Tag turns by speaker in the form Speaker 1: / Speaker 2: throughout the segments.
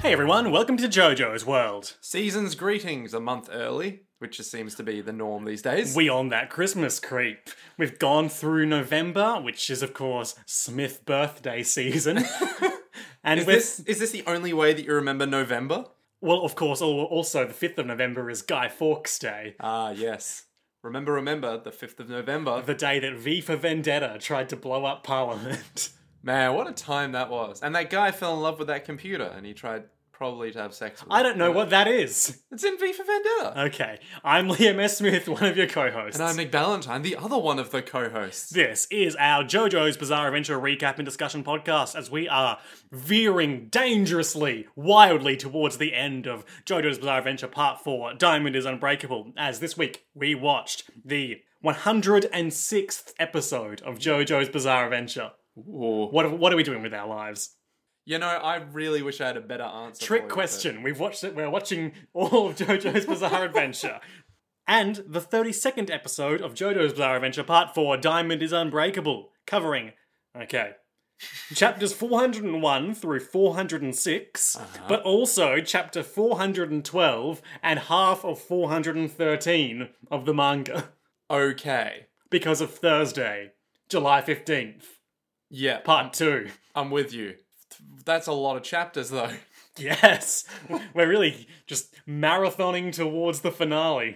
Speaker 1: Hey everyone, welcome to JoJo's World.
Speaker 2: Season's greetings a month early, which just seems to be the norm these days.
Speaker 1: We on that Christmas creep. We've gone through November, which is of course Smith birthday season. and
Speaker 2: is,
Speaker 1: we're
Speaker 2: this, is this the only way that you remember November?
Speaker 1: well, of course, al- also the 5th of November is Guy Fawkes Day,
Speaker 2: Ah, yes. Remember, remember, the 5th of November.
Speaker 1: the day that V for Vendetta tried to blow up Parliament.
Speaker 2: Man, what a time that was. And that guy fell in love with that computer and he tried probably to have sex with
Speaker 1: I
Speaker 2: it.
Speaker 1: don't know what that is.
Speaker 2: It's in V for Vendetta.
Speaker 1: Okay, I'm Liam S. Smith, one of your co-hosts.
Speaker 2: and I'm Nick Ballantyne, the other one of the co hosts.
Speaker 1: This is our JoJo's Bizarre Adventure recap and discussion podcast as we are veering dangerously, wildly towards the end of JoJo's Bizarre Adventure Part 4 Diamond is Unbreakable. As this week we watched the 106th episode of JoJo's Bizarre Adventure. What, what are we doing with our lives?
Speaker 2: You know, I really wish I had a better answer. for you,
Speaker 1: Trick
Speaker 2: but-
Speaker 1: question. We've watched it. We're watching all of JoJo's Bizarre Adventure. And the 32nd episode of JoJo's Bizarre Adventure Part 4 Diamond is Unbreakable, covering, okay, chapters 401 through 406, but also chapter 412 and half of 413 of the manga
Speaker 2: Okay.
Speaker 1: because of Thursday, July 15th,
Speaker 2: Yeah,
Speaker 1: Part 2.
Speaker 2: I'm with you. That's a lot of chapters, though.
Speaker 1: Yes, we're really just marathoning towards the finale.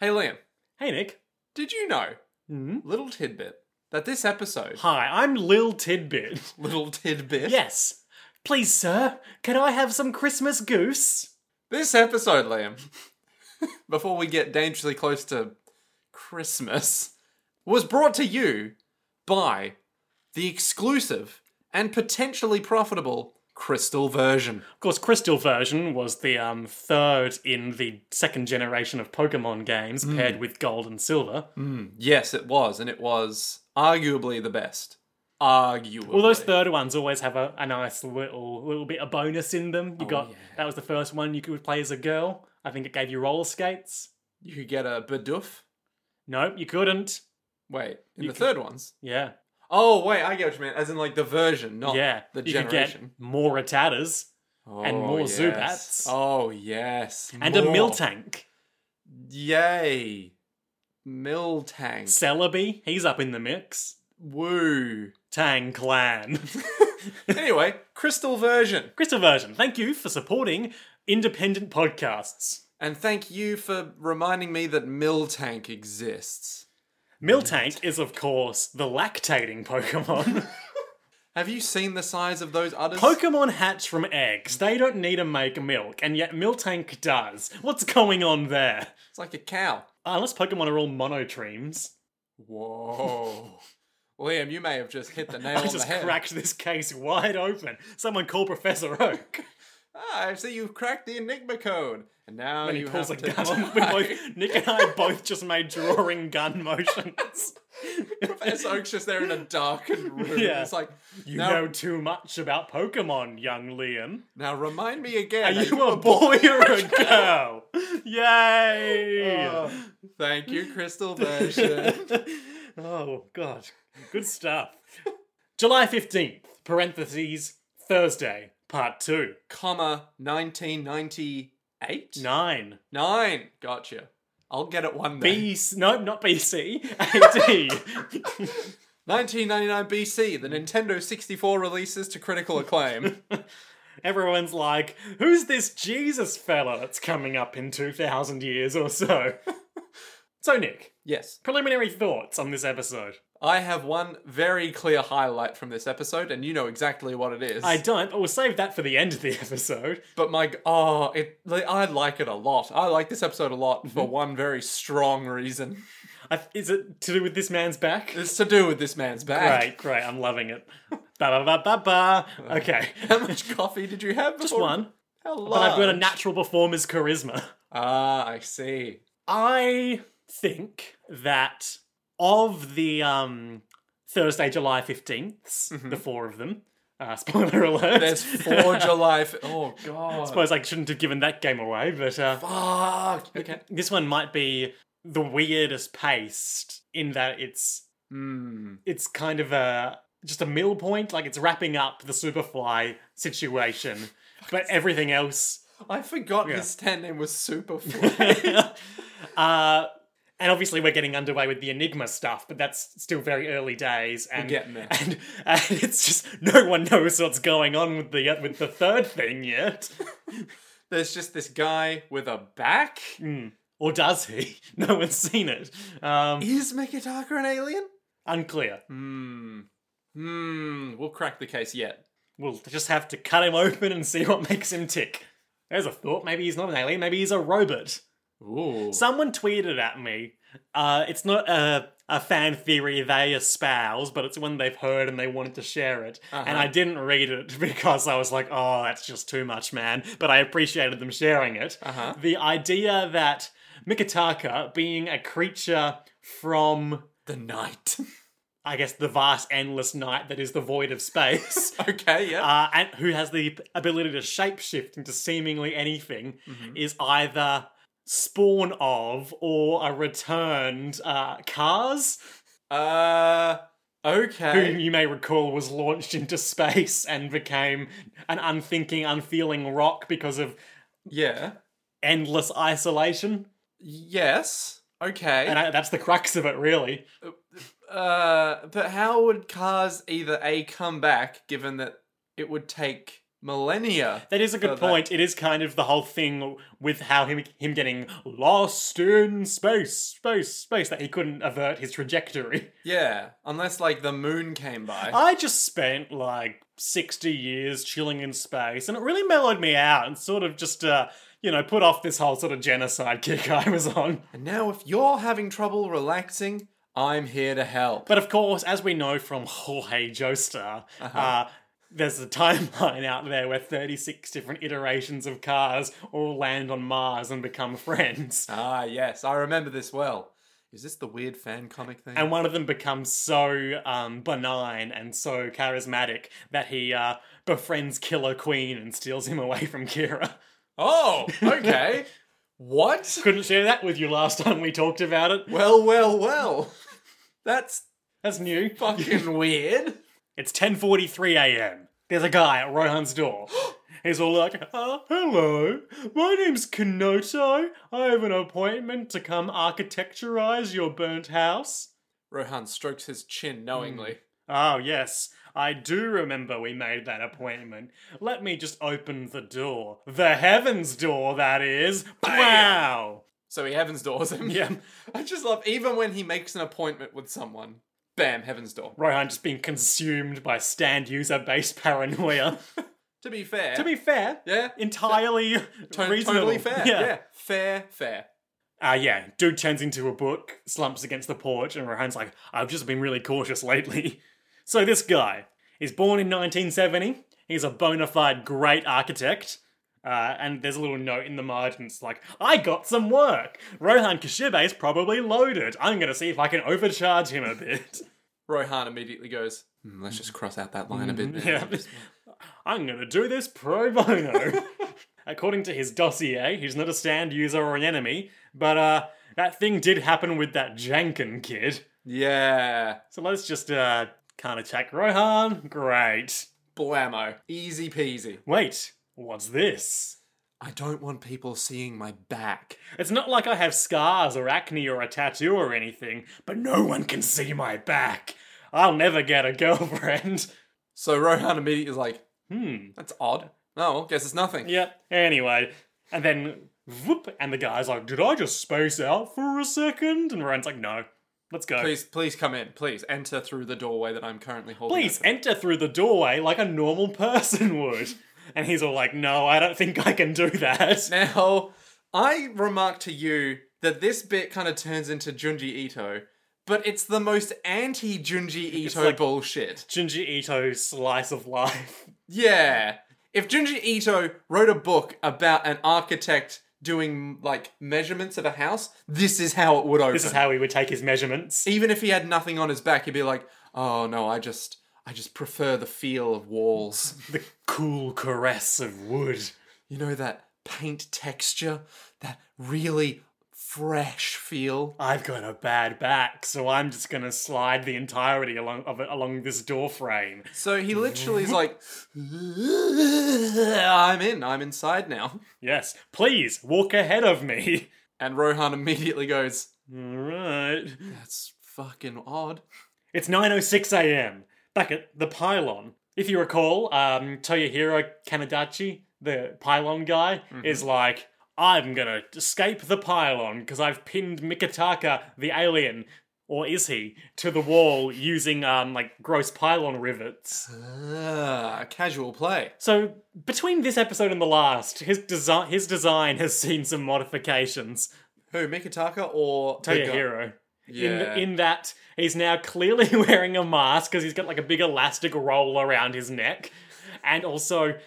Speaker 2: Hey, Liam,
Speaker 1: Hey, Nick.
Speaker 2: did you know,
Speaker 1: Hmm?
Speaker 2: little tidbit, that this episode,
Speaker 1: Hi, I'm Lil Tidbit.
Speaker 2: little tidbit,
Speaker 1: Yes. Please, sir, can I have some Christmas goose?
Speaker 2: this episode, Liam, before we get dangerously close to Christmas, was brought to you by the exclusive and potentially profitable Crystal version.
Speaker 1: Of course, Crystal version was the um, third in the second generation of Pokemon games,
Speaker 2: Hmm.
Speaker 1: paired with Gold and Silver.
Speaker 2: Yes, it was, and it was arguably the best. Arguably.
Speaker 1: Well, those third ones always have a, a nice little little bit of bonus in them. You got
Speaker 2: Oh, yeah.
Speaker 1: that was the first one you could play as a girl. I think it gave you roller skates.
Speaker 2: you could get a Bidoof.
Speaker 1: Nope, you couldn't.
Speaker 2: Wait, in the third ones.
Speaker 1: Yeah,
Speaker 2: Oh, wait, I get what you mean. As in, like, the version, not
Speaker 1: yeah.
Speaker 2: the
Speaker 1: you
Speaker 2: generation.
Speaker 1: could get more Rattatas and
Speaker 2: Oh,
Speaker 1: more
Speaker 2: yes.
Speaker 1: Zubats.
Speaker 2: Oh, yes.
Speaker 1: and a
Speaker 2: more.
Speaker 1: Miltank.
Speaker 2: Yay. Miltank.
Speaker 1: Celebi, he's up in the mix.
Speaker 2: Woo.
Speaker 1: Tang Clan.
Speaker 2: anyway, Crystal version.
Speaker 1: Crystal Version, thank you for supporting independent podcasts.
Speaker 2: And thank you for reminding me that Miltank exists.
Speaker 1: Miltank is, of course, the lactating Pokemon.
Speaker 2: Have you seen the size of those udders?
Speaker 1: Pokemon hatch from eggs. They don't need to make milk, and yet Miltank does. What's going on there?
Speaker 2: it's like a cow.
Speaker 1: Unless Pokemon are all monotremes.
Speaker 2: Whoa. Liam, you may have just hit the nail
Speaker 1: I
Speaker 2: on the
Speaker 1: just
Speaker 2: head.
Speaker 1: cracked this case wide open. Someone call Professor Oak.
Speaker 2: Ah, I see you've cracked the Enigma code. And now
Speaker 1: And he
Speaker 2: you
Speaker 1: pulls a
Speaker 2: have
Speaker 1: gun.
Speaker 2: to
Speaker 1: We
Speaker 2: die.
Speaker 1: both, Nick and I both just made drawing gun motions.
Speaker 2: Professor Oak's just there in a darkened room.
Speaker 1: Yeah.
Speaker 2: It's like,
Speaker 1: You
Speaker 2: now,
Speaker 1: know too much about Pokemon, young Liam.
Speaker 2: now remind me again.
Speaker 1: Are you a boy or a girl? Yay!
Speaker 2: Oh, thank you, Crystal Version.
Speaker 1: oh, God. Good stuff. July 15th, parentheses, Thursday, part two.
Speaker 2: Comma 1998?
Speaker 1: Nine.
Speaker 2: Nine. Gotcha. I'll get it one day.
Speaker 1: BC. Nope, not BC. AD.
Speaker 2: 1999 BC, the Nintendo 64 releases to critical acclaim.
Speaker 1: Everyone's like, who's this Jesus fella that's coming up in 2,000 years or so? so, Nick,
Speaker 2: yes.
Speaker 1: preliminary thoughts on this episode?
Speaker 2: I have one very clear highlight from this episode, and you know exactly what it is.
Speaker 1: I don't, but we'll save that for the end of the episode.
Speaker 2: But my g- oh, it li- I like it a lot. I like this episode a
Speaker 1: Mm-hmm.
Speaker 2: lot for one very strong reason.
Speaker 1: I, is it to do with this man's back?
Speaker 2: It's to do with this man's back.
Speaker 1: Great, great. I'm loving it. Ba ba ba ba ba. Okay.
Speaker 2: How much coffee did you have?
Speaker 1: Just
Speaker 2: before-
Speaker 1: one.
Speaker 2: How large?
Speaker 1: But I've got a natural performer's charisma.
Speaker 2: Ah, I see.
Speaker 1: I think that of the um, Thursday, July 15th, the four of them, uh, spoiler alert.
Speaker 2: Mm-hmm. There's four July. F- oh God.
Speaker 1: suppose I shouldn't have given that game away, but uh,
Speaker 2: Fuck. Okay.
Speaker 1: this one might be the weirdest paced in that it's
Speaker 2: Hmm.
Speaker 1: it's kind of a just a middle point, like it's wrapping up the Superfly situation but everything else.
Speaker 2: I forgot his stand name was Superfly.
Speaker 1: Uh, and obviously, we're getting underway with the Enigma stuff, but that's still very early days. And,
Speaker 2: getting there.
Speaker 1: And, and it's just no one knows what's going on with the uh, with the third thing yet,
Speaker 2: There's just this guy with a back.
Speaker 1: Hmm. or does he? No one's seen it. Um,
Speaker 2: Is Mikitaka an alien?
Speaker 1: unclear.
Speaker 2: Hmm. Hmm. We'll crack the case yet.
Speaker 1: We'll just have to cut him open and see what makes him tick. There's a thought. Maybe he's not an alien. Maybe he's a robot.
Speaker 2: Ooh.
Speaker 1: Someone tweeted at me. Uh, it's not a, a fan theory they espouse, but it's one they've heard and they wanted to share it. And I didn't read it because I was like, oh, that's just too much, man. But I appreciated them sharing it.
Speaker 2: Uh-huh.
Speaker 1: The idea that Mikitaka, being a creature from,
Speaker 2: The night.
Speaker 1: I guess, the vast, endless night that is the void of space,
Speaker 2: okay, yeah.
Speaker 1: uh, and who has the p- ability to shapeshift into seemingly anything,
Speaker 2: Mm-hmm.
Speaker 1: is either spawn of or a returned uh, Cars,
Speaker 2: Uh,
Speaker 1: who
Speaker 2: okay.
Speaker 1: you may recall was launched into space and became an unthinking, unfeeling rock because of
Speaker 2: Yeah.
Speaker 1: endless isolation.
Speaker 2: Yes. Okay.
Speaker 1: And I, that's the crux of it, really.
Speaker 2: uh, but how would cars either A come back, given that it would take millennia?
Speaker 1: That is a good
Speaker 2: So that-
Speaker 1: point. It is kind of the whole thing with how him him getting lost in space, space, space, that he couldn't avert his trajectory.
Speaker 2: Yeah. Unless, like, the moon came by.
Speaker 1: I just spent like 60 years chilling in space and it really mellowed me out and sort of just, uh, you know, put off this whole sort of genocide kick I was on.
Speaker 2: and now, if you're having trouble relaxing, I'm here to help.
Speaker 1: But of course, as we know from Jorge Joestar, uh there's a timeline out there where 36 different iterations of cars all land on Mars and become friends.
Speaker 2: ah, yes. I remember this well. Is this the weird fan comic thing?
Speaker 1: And one of them becomes so um, benign and so charismatic that he uh, befriends Killer Queen and steals him away from Kira.
Speaker 2: oh, okay. what?
Speaker 1: Couldn't share that with you last time we talked about it.
Speaker 2: Well, well, well. That's
Speaker 1: That's new.
Speaker 2: fucking weird.
Speaker 1: It's 10:43 a.m. There's a guy at Rohan's door. He's all like, uh, "Hello, my name's Kenoto. I have an appointment to come architecturize your burnt house."
Speaker 2: Rohan strokes his chin knowingly.
Speaker 1: Oh yes, I do remember we made that appointment. Let me just open the door, the heavens door, that is. Wow.
Speaker 2: So he heavens doors him.
Speaker 1: Yeah.
Speaker 2: I just love even when he makes an appointment with someone, bam, heavens door.
Speaker 1: Rohan just being consumed by stand user based paranoia.
Speaker 2: To be fair.
Speaker 1: to be fair,
Speaker 2: yeah.
Speaker 1: entirely
Speaker 2: to-
Speaker 1: reasonable.
Speaker 2: totally fair. Yeah. Fair, fair.
Speaker 1: Uh, yeah, dude turns into a book, slumps against the porch, and Rohan's like, I've just been really cautious lately. So this guy is born in 1970. He's a bona fide great architect. Uh, and there's a little note in the margin. It's like, I got some work. Rohan Kashibe is probably loaded. I'm going to see if I can overcharge him a bit.
Speaker 2: Rohan immediately goes, "Hmm, let's just cross out that line a bit.
Speaker 1: Mm-hmm. Yeah. I'm going to do this pro bono. According to his dossier, he's not a stand user or an enemy, but uh, that thing did happen with that Jankin kid.
Speaker 2: Yeah.
Speaker 1: So let's just uh, kind of check Rohan. Great.
Speaker 2: Blammo. Easy peasy.
Speaker 1: Wait, what's this?
Speaker 2: I don't want people seeing my back.
Speaker 1: It's not like I have scars or acne or a tattoo or anything, but no one can see my back. I'll never get a girlfriend.
Speaker 2: So Rohan immediately is like,
Speaker 1: Hmm.
Speaker 2: that's odd. Oh, well, guess it's nothing.
Speaker 1: Yep. Anyway, and then whoop, and the guy's like, "Did I just space out for a second? And Rohan's like, "No, let's go."
Speaker 2: Please, please come in. Please enter through the doorway that I'm currently holding.
Speaker 1: Please
Speaker 2: open."
Speaker 1: enter through the doorway like a normal person would. And he's all like, "No, I don't think I can do that."
Speaker 2: Now, I remarked to you that this bit kind of turns into Junji Ito, but it's the most anti Junji Ito
Speaker 1: like-
Speaker 2: bullshit.
Speaker 1: Junji Ito's slice of life.
Speaker 2: Yeah. If Junji Ito wrote a book about an architect doing like measurements of a house, this is how it would open.
Speaker 1: This is how he would take his measurements.
Speaker 2: Even if he had nothing on his back, he'd be like, "Oh no, I just I just prefer the feel of walls.
Speaker 1: The cool caress of wood.
Speaker 2: You know that paint texture, that really fresh feel.
Speaker 1: I've got a bad back, so I'm just gonna slide the entirety along of it along this door frame.
Speaker 2: So he literally is like, I'm in, I'm inside now.
Speaker 1: Yes, please walk ahead of me.
Speaker 2: And Rohan immediately goes,
Speaker 1: All right.
Speaker 2: That's fucking odd.
Speaker 1: It's 9:06 a.m. Back at the pylon. If you recall, um, Toyohiro Kanadachi, the pylon guy, is like, "I'm gonna escape the pylon because I've pinned Mikitaka, the alien, or is he, to the wall using um, like gross pylon rivets."
Speaker 2: Ah, casual play.
Speaker 1: So between this episode and the last, his design his design has seen some modifications.
Speaker 2: Who, Mikitaka or the guy-
Speaker 1: Toyohiro.
Speaker 2: Yeah.
Speaker 1: In, in that he's now clearly wearing a mask because he's got like a big elastic roll around his neck. And also,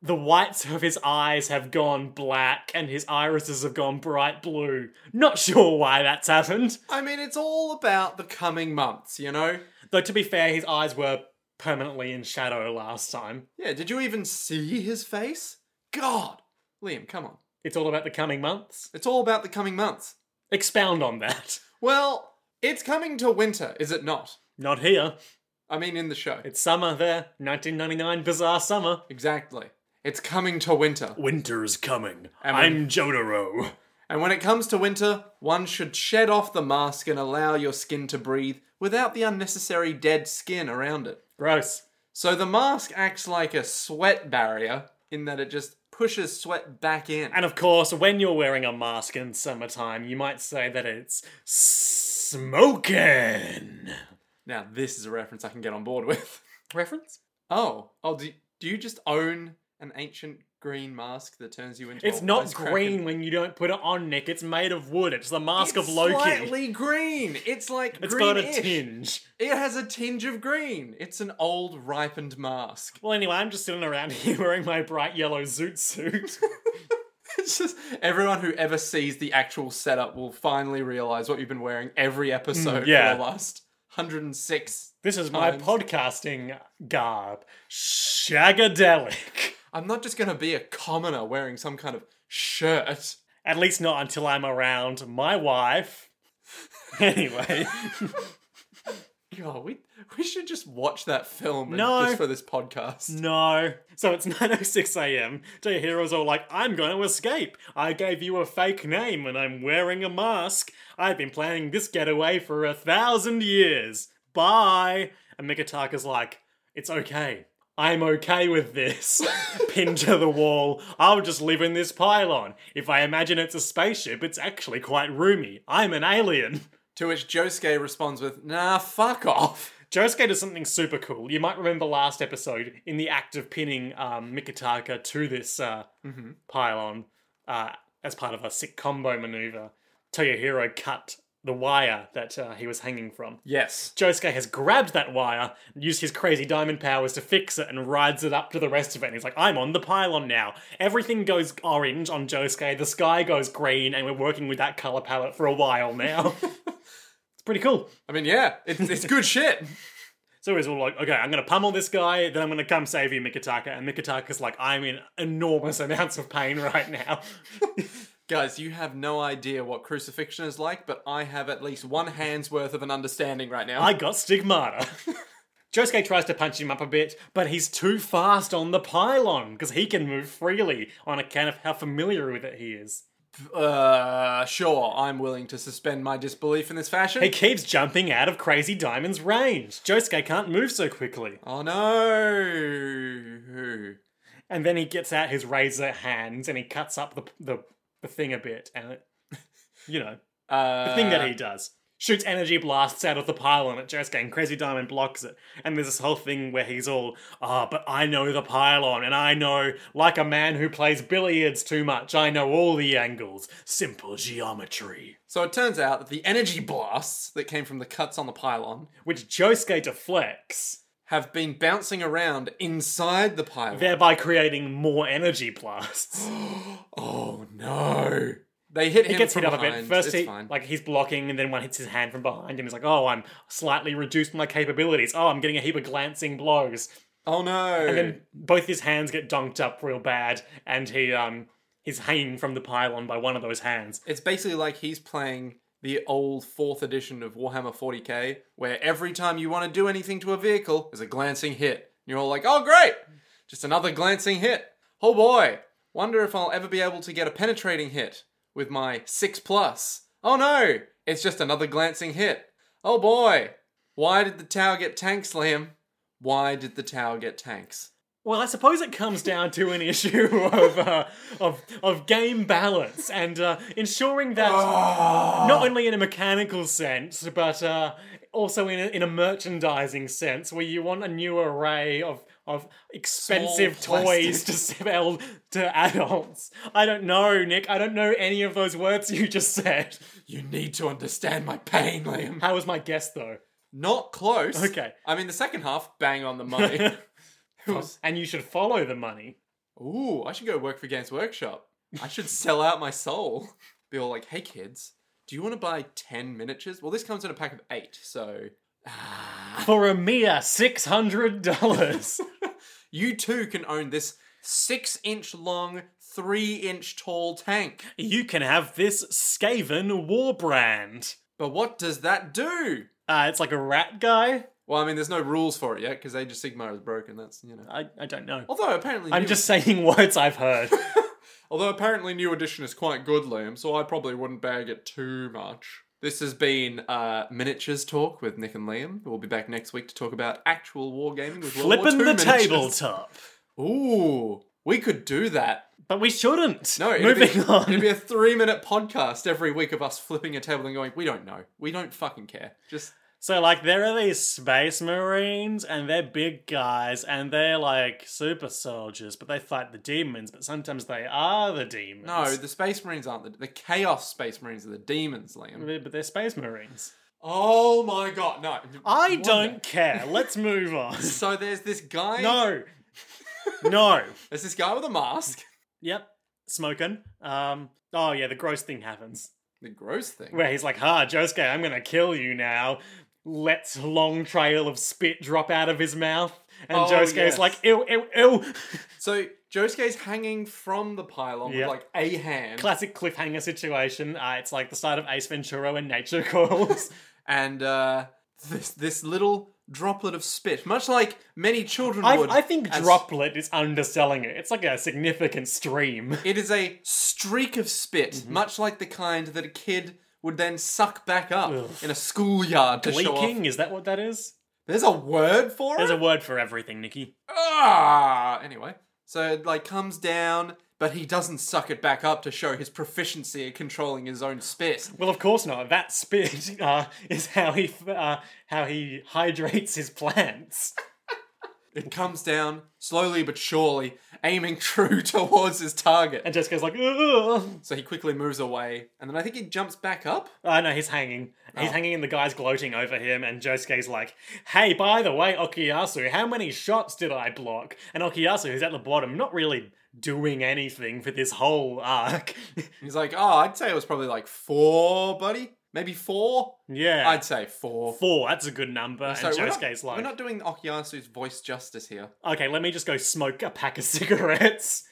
Speaker 1: the whites of his eyes have gone black and his irises have gone bright blue. Not sure why that's happened.
Speaker 2: I mean, it's all about the coming months, you know?
Speaker 1: Though, to be fair, his eyes were permanently in shadow last time.
Speaker 2: Yeah, did you even see his face? God! Liam, come on.
Speaker 1: It's all about the coming months.
Speaker 2: It's all about the coming months.
Speaker 1: Expound on that.
Speaker 2: Well, it's coming to winter, is it not?
Speaker 1: Not here.
Speaker 2: I mean, in the show.
Speaker 1: It's summer there. 1999 bizarre summer.
Speaker 2: Exactly. It's coming to winter.
Speaker 1: Winter is coming.
Speaker 2: And when-
Speaker 1: I'm Jotaro.
Speaker 2: And when it comes to winter, one should shed off the mask and allow your skin to breathe without the unnecessary dead skin around it.
Speaker 1: Gross.
Speaker 2: So the mask acts like a sweat barrier in that it just pushes sweat back in.
Speaker 1: And of course, when you're wearing a mask in summertime, you might say that it's smoking.
Speaker 2: Now, this is a reference I can get on board with.
Speaker 1: Reference?
Speaker 2: Oh, oh, do, do you just own an ancient green mask that turns you into?
Speaker 1: It's
Speaker 2: a
Speaker 1: not
Speaker 2: Oh, ice kraken?
Speaker 1: green when you don't put it on, Nick. It's made of wood. It's the mask
Speaker 2: It's
Speaker 1: of Loki.
Speaker 2: slightly green. It's like
Speaker 1: It's
Speaker 2: green
Speaker 1: got a tinge.
Speaker 2: It has a tinge of green. It's an old ripened mask.
Speaker 1: Well, anyway, I'm just sitting around here wearing my bright yellow zoot suit.
Speaker 2: It's just everyone who ever sees the actual setup will finally realize what you've been wearing every episode
Speaker 1: Mm, yeah.
Speaker 2: for the last 106.
Speaker 1: this is my
Speaker 2: Times.
Speaker 1: podcasting garb. Shagadelic.
Speaker 2: I'm not just going to be a commoner wearing some kind of shirt.
Speaker 1: At least not until I'm around my wife. Anyway.
Speaker 2: God, we we should just watch that film and-
Speaker 1: No.
Speaker 2: just for this podcast.
Speaker 1: No. So it's 9.06 a.m. Toyohiro's all like, I'm going to escape. I gave you a fake name and I'm wearing a mask. I've been planning this getaway for a thousand years. Bye. And Mikitaka's like, it's okay. I'm okay with this. Pinned to the wall. I'll just live in this pylon. If I imagine it's a spaceship, it's actually quite roomy. I'm an alien.
Speaker 2: To which Josuke responds with, "Nah, fuck off."
Speaker 1: Josuke does something super cool. You might remember last episode in the act of pinning um, Mikitaka to this uh, pylon uh, as part of a sick combo maneuver. Toyohiro cut the wire that uh, he was hanging from.
Speaker 2: Yes.
Speaker 1: Josuke has grabbed that wire, used his crazy diamond powers to fix it, and rides it up to the rest of it. And he's like, I'm on the pylon now. Everything goes orange on Josuke, the sky goes green, and we're working with that colour palette for a while now. it's pretty cool.
Speaker 2: I mean, yeah, it's it's good shit.
Speaker 1: So he's all like, okay, I'm going to pummel this guy, then I'm going to come save you, Mikitaka. And Mikitaka's like, I'm in enormous amounts of pain right now.
Speaker 2: Guys, you have no idea what crucifixion is like, but I have at least one hand's worth of an understanding right now.
Speaker 1: I got stigmata. Josuke tries to punch him up a bit, but he's too fast on the pylon because he can move freely on account of how familiar with it he is.
Speaker 2: Uh, sure, I'm willing to suspend my disbelief in this fashion.
Speaker 1: He keeps jumping out of Crazy Diamond's range. Josuke can't move so quickly.
Speaker 2: Oh no!
Speaker 1: And then he gets out his razor hands and he cuts up the, the, the thing a bit, and it, you know.
Speaker 2: Uh,
Speaker 1: thing that he does. Shoots energy blasts out of the pylon at Josuke and Crazy Diamond blocks it. And there's this whole thing where he's all, ah, but I know the pylon, and I know, like a man who plays billiards too much, I know all the angles. Simple geometry.
Speaker 2: So it turns out that the energy blasts that came from the cuts on the pylon
Speaker 1: Which Josuke deflects,
Speaker 2: have been bouncing around inside the pylon.
Speaker 1: thereby creating more energy blasts.
Speaker 2: oh no! They hit him
Speaker 1: He gets
Speaker 2: from
Speaker 1: hit up a
Speaker 2: behind.
Speaker 1: bit. First,
Speaker 2: it's
Speaker 1: he,
Speaker 2: fine.
Speaker 1: like he's blocking, and then one hits his hand from behind him. He's like, "Oh, I'm slightly reduced my capabilities. Oh, I'm getting a heap of glancing blows."
Speaker 2: oh no!
Speaker 1: And both his hands get donked up real bad, and he um he's hanging from the pylon by one of those hands.
Speaker 2: It's basically like he's playing the old fourth edition of Warhammer 40k, where every time you want to do anything to a vehicle, there's a glancing hit. You're all like, oh, great! Just another glancing hit. Oh boy! Wonder if I'll ever be able to get a penetrating hit with my 6 plus. Oh no! It's just another glancing hit. Oh boy! Why did the tower get tanks, Liam? Why did the tower get tanks?
Speaker 1: Well, I suppose it comes down to an issue of uh, of of game balance and uh, ensuring that
Speaker 2: Ah. Oh,
Speaker 1: not only in a mechanical sense, but uh, also in a, in a merchandising sense, where you want a new array of of expensive
Speaker 2: Small
Speaker 1: toys to sell to adults. I don't know, Nick. I don't know any of those words you just said.
Speaker 2: You need to understand my pain, Liam.
Speaker 1: How was my guess though?
Speaker 2: Not close.
Speaker 1: Okay.
Speaker 2: I mean, the second half, bang on the money. Who's-
Speaker 1: and you should follow the money.
Speaker 2: Ooh, I should go work for Games Workshop. I should sell out my soul. Be all like, hey kids, do you want to buy 10 miniatures? Well, this comes in a pack of eight, so
Speaker 1: For a mere six hundred dollars.
Speaker 2: you too can own this six inch long, three inch tall tank.
Speaker 1: you can have this Skaven war brand.
Speaker 2: But what does that do?
Speaker 1: Uh, it's like a rat guy.
Speaker 2: Well, I mean, there's no rules for it yet because Age of Sigmar is broken. That's, you know.
Speaker 1: I, I don't know.
Speaker 2: Although apparently,
Speaker 1: I'm
Speaker 2: new,
Speaker 1: just saying words I've heard.
Speaker 2: although apparently, new edition is quite good, Liam. So I probably wouldn't bag it too much. This has been uh, miniatures talk with Nick and Liam. We'll be back next week to talk about actual wargaming with World War
Speaker 1: Flipping
Speaker 2: II
Speaker 1: the
Speaker 2: miniatures.
Speaker 1: tabletop.
Speaker 2: Ooh, we could do that.
Speaker 1: But we shouldn't.
Speaker 2: No, it'd
Speaker 1: moving
Speaker 2: be,
Speaker 1: on.
Speaker 2: It'd be a three-minute podcast every week of us flipping a table and going, "We don't know. We don't fucking care." Just
Speaker 1: So, like, there are these space marines, and they're big guys, and they're like super soldiers, but they fight the demons, but sometimes they are the demons.
Speaker 2: no. The Space Marines aren't the the Chaos Space Marines are the demons, Liam.
Speaker 1: But they're space marines.
Speaker 2: Oh my god, no.
Speaker 1: I
Speaker 2: Wonder.
Speaker 1: don't care. Let's move on.
Speaker 2: So there's this guy.
Speaker 1: no. No.
Speaker 2: There's this guy with a mask.
Speaker 1: Yep. Smoking. Um. Oh yeah, the gross thing happens
Speaker 2: The gross thing.
Speaker 1: where he's like, "Ha, Josuke, I'm gonna kill you now." Lets a long trail of spit drop out of his mouth, and
Speaker 2: Oh,
Speaker 1: Josuke's
Speaker 2: yes.
Speaker 1: like, "Ew, ew, ew!"
Speaker 2: So Josuke's hanging from the pylon
Speaker 1: Yeah.
Speaker 2: with like a hand,
Speaker 1: Classic cliffhanger situation. Uh, it's like the start of Ace Ventura when nature calls.
Speaker 2: and uh, this this little droplet of spit, much like many children
Speaker 1: I,
Speaker 2: would.
Speaker 1: I think
Speaker 2: as-
Speaker 1: droplet is underselling it. It's like a significant stream.
Speaker 2: It is a streak of spit,
Speaker 1: Mm-hmm.
Speaker 2: much like the kind that a kid would then suck back up
Speaker 1: Ugh.
Speaker 2: in a schoolyard to show off.
Speaker 1: Leaking is that what that is?
Speaker 2: There's a word for
Speaker 1: There's
Speaker 2: it.
Speaker 1: a word for everything, Nikki.
Speaker 2: Ah, anyway, so it like comes down, but he doesn't suck it back up to show his proficiency at controlling his own spit.
Speaker 1: Well, of course not. That spit uh, is how he uh, how he hydrates his plants.
Speaker 2: It comes down slowly but surely, aiming true towards his target.
Speaker 1: And Jessica's like, ugh.
Speaker 2: So he quickly moves away, and then I think he jumps back up.
Speaker 1: Oh, no, he's hanging. He's hanging and the guy's gloating over him and Josuke's like, hey, by the way, Okuyasu, how many shots did I block? And Okuyasu, who's at the bottom, not really doing anything for this whole arc.
Speaker 2: He's like, "Oh, I'd say it was probably like four, buddy. Maybe four.
Speaker 1: yeah.
Speaker 2: I'd say four.
Speaker 1: Four, that's a good number.
Speaker 2: So
Speaker 1: and
Speaker 2: we're not,
Speaker 1: Josuke's
Speaker 2: we're
Speaker 1: like,
Speaker 2: not doing Okuyasu's voice justice here.
Speaker 1: okay, let me just go smoke a pack of cigarettes.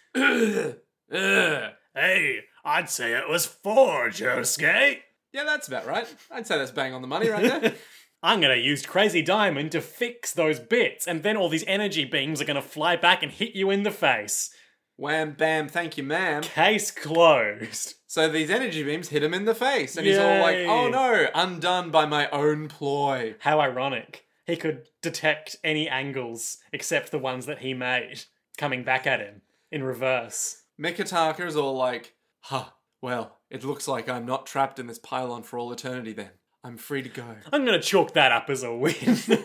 Speaker 2: Ugh.
Speaker 1: Hey, I'd say it was four, Josuke.
Speaker 2: Yeah, that's about right. I'd say that's bang on the money right there.
Speaker 1: I'm gonna use Crazy Diamond to fix those bits, and then all these energy beams are gonna fly back and hit you in the face.
Speaker 2: Wham bam, thank you, ma'am.
Speaker 1: Case closed.
Speaker 2: So these energy beams hit him in the face, and he's all like,
Speaker 1: Yay.
Speaker 2: "Oh no, undone by my own ploy."
Speaker 1: How ironic. He could detect any angles except the ones that he made coming back at him in reverse.
Speaker 2: Mikitaka is all like, "Huh. Well, it looks like I'm not trapped in this pylon for all eternity. Then I'm free to go."
Speaker 1: I'm gonna chalk that up as a win.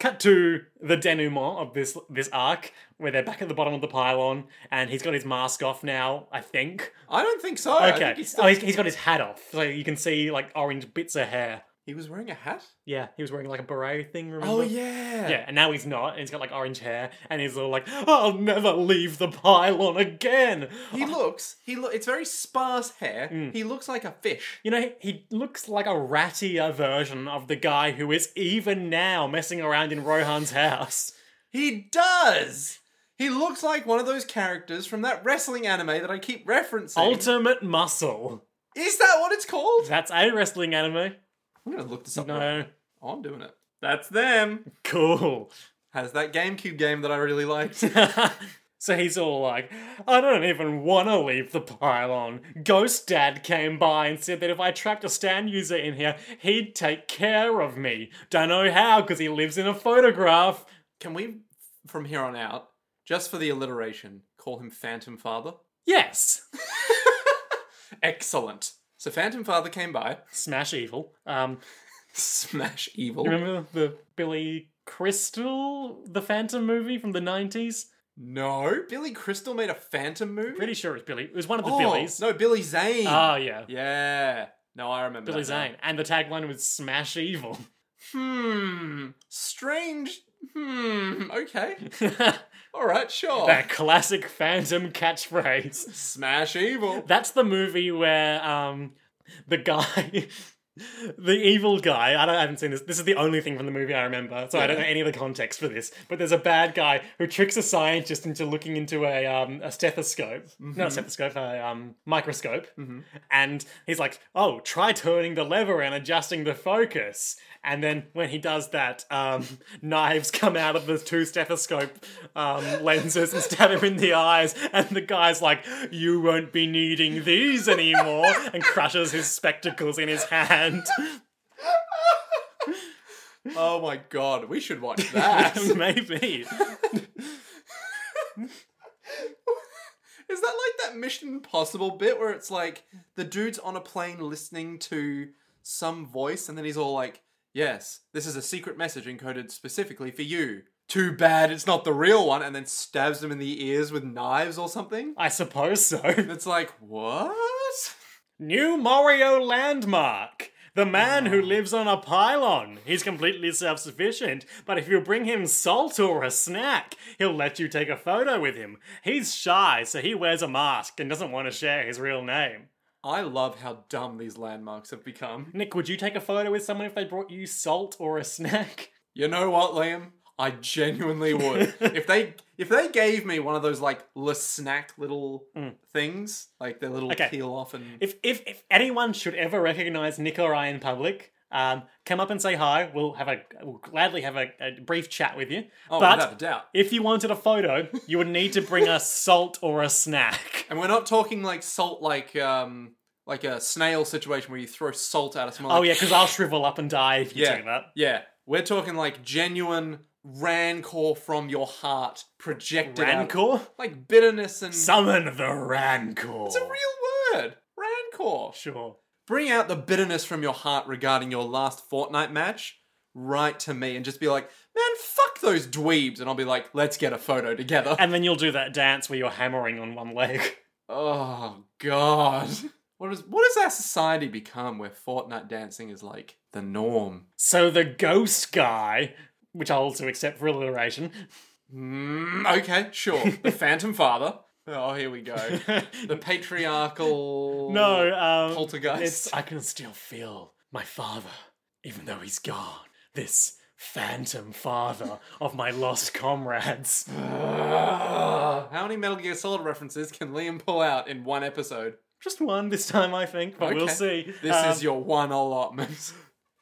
Speaker 1: Cut to the denouement of this this arc, where they're back at the bottom of the pylon, and he's got his mask off now, I think.
Speaker 2: I don't think so. I
Speaker 1: Okay.
Speaker 2: think he's
Speaker 1: oh,
Speaker 2: still-
Speaker 1: he's, he's got his hat off, so you can see like orange bits of hair.
Speaker 2: He was wearing a hat.
Speaker 1: Yeah, he was wearing like a beret thing, remember?
Speaker 2: Oh yeah.
Speaker 1: Yeah, and now he's not, and he's got like orange hair, and he's all like, I'll never leave the pylon again.
Speaker 2: He looks. He look. It's very sparse hair.
Speaker 1: Mm.
Speaker 2: He looks like a fish.
Speaker 1: You know, he, he looks like a rattier version of the guy who is even now messing around in Rohan's house.
Speaker 2: He does. He looks like one of those characters from that wrestling anime that I keep referencing.
Speaker 1: Ultimate Muscle.
Speaker 2: Is that what it's called?
Speaker 1: That's a wrestling anime.
Speaker 2: I'm gonna look this up. right
Speaker 1: No.
Speaker 2: now. I'm doing it. That's them.
Speaker 1: Cool.
Speaker 2: Has that GameCube game that I really liked.
Speaker 1: so he's all like, I don't even want to leave the pylon. Ghost Dad came by and said that if I trapped a stand user in here, he'd take care of me. Don't know how, because he lives in a photograph.
Speaker 2: Can we, from here on out, just for the alliteration, call him Phantom Father?
Speaker 1: Yes.
Speaker 2: Excellent. So Phantom Father came by.
Speaker 1: Smash Evil. Um,
Speaker 2: Smash evil.
Speaker 1: remember the Billy Crystal, the Phantom movie from the 90s?
Speaker 2: No, Billy Crystal made a Phantom movie.
Speaker 1: Pretty sure it's Billy. It was one of the
Speaker 2: oh,
Speaker 1: Billies.
Speaker 2: No, Billy Zane.
Speaker 1: Ah, yeah.
Speaker 2: yeah. No, I remember.
Speaker 1: Billy
Speaker 2: that now.
Speaker 1: Zane. And the tagline was Smash Evil.
Speaker 2: Hmm. Strange. Hmm. Okay. All right. Sure.
Speaker 1: that classic Phantom catchphrase.
Speaker 2: Smash evil.
Speaker 1: That's the movie where um the guy the evil guy I don't I haven't seen this this is the only thing from the movie I remember so I don't know any of the context for this but there's a bad guy who tricks a scientist into looking into a um a stethoscope not a stethoscope a um microscope and he's like oh try turning the lever and adjusting the focus and then when he does that um knives come out of the two stethoscope um lenses and stab him in the eyes and the guy's like you won't be needing these anymore and crushes his spectacles in his hand
Speaker 2: Oh my god. We should watch that.
Speaker 1: Maybe.
Speaker 2: Is that like that Mission Impossible bit where it's like the dude's on a plane listening to some voice and then he's all like, Yes, this is a secret message encoded specifically for you. Too bad it's not the real one, and then stabs him in the ears with knives or something?
Speaker 1: I suppose so.
Speaker 2: And it's like, What?
Speaker 1: New Mario landmark. The man who lives on a pylon. He's completely self sufficient, but if you bring him salt or a snack, he'll let you take a photo with him. He's shy, so he wears a mask and doesn't want to share his real name.
Speaker 2: I love how dumb these landmarks have become.
Speaker 1: Nick, would you take a photo with someone if they brought you salt or a snack?
Speaker 2: You know what, Liam? I genuinely would. if they if they gave me one of those like le snack little things, like their little
Speaker 1: Mm. Okay.
Speaker 2: peel off and
Speaker 1: If, if, if anyone should ever recognize Nick or I in public, um, come up and say hi. We'll have a we'll gladly have a, a brief chat with you.
Speaker 2: oh,
Speaker 1: but
Speaker 2: without a doubt.
Speaker 1: if you wanted a photo, you would need to bring us salt or a snack.
Speaker 2: And we're not talking like salt, like um, like a snail situation where you throw salt at a small.
Speaker 1: Oh yeah, because I'll shrivel up and die if you
Speaker 2: Yeah.
Speaker 1: do that.
Speaker 2: yeah. We're talking like genuine rancor from your heart projected out,
Speaker 1: Rancor,
Speaker 2: like bitterness and.
Speaker 1: summon the rancor.
Speaker 2: it's a real word, rancor.
Speaker 1: sure.
Speaker 2: Bring out the bitterness from your heart regarding your last Fortnite match. Right to me and just be like, man, fuck those dweebs, and I'll be like, let's get a photo together.
Speaker 1: And then you'll do that dance where you're hammering on one leg.
Speaker 2: Oh God. What is what has our society become where Fortnite dancing is like the norm?
Speaker 1: So the ghost guy, which I'll also accept for alliteration,
Speaker 2: Mm, okay, sure. The Phantom Father. Oh, here we go. The patriarchal.
Speaker 1: No, um,
Speaker 2: poltergeist.
Speaker 1: It's, I can still feel my father, even though he's gone. This phantom father of my lost comrades.
Speaker 2: Ugh. how many Metal Gear Solid references can Liam pull out in one episode?
Speaker 1: Just one this time, I think, but we'll
Speaker 2: Okay.
Speaker 1: see.
Speaker 2: This
Speaker 1: Um,
Speaker 2: is your one allotment.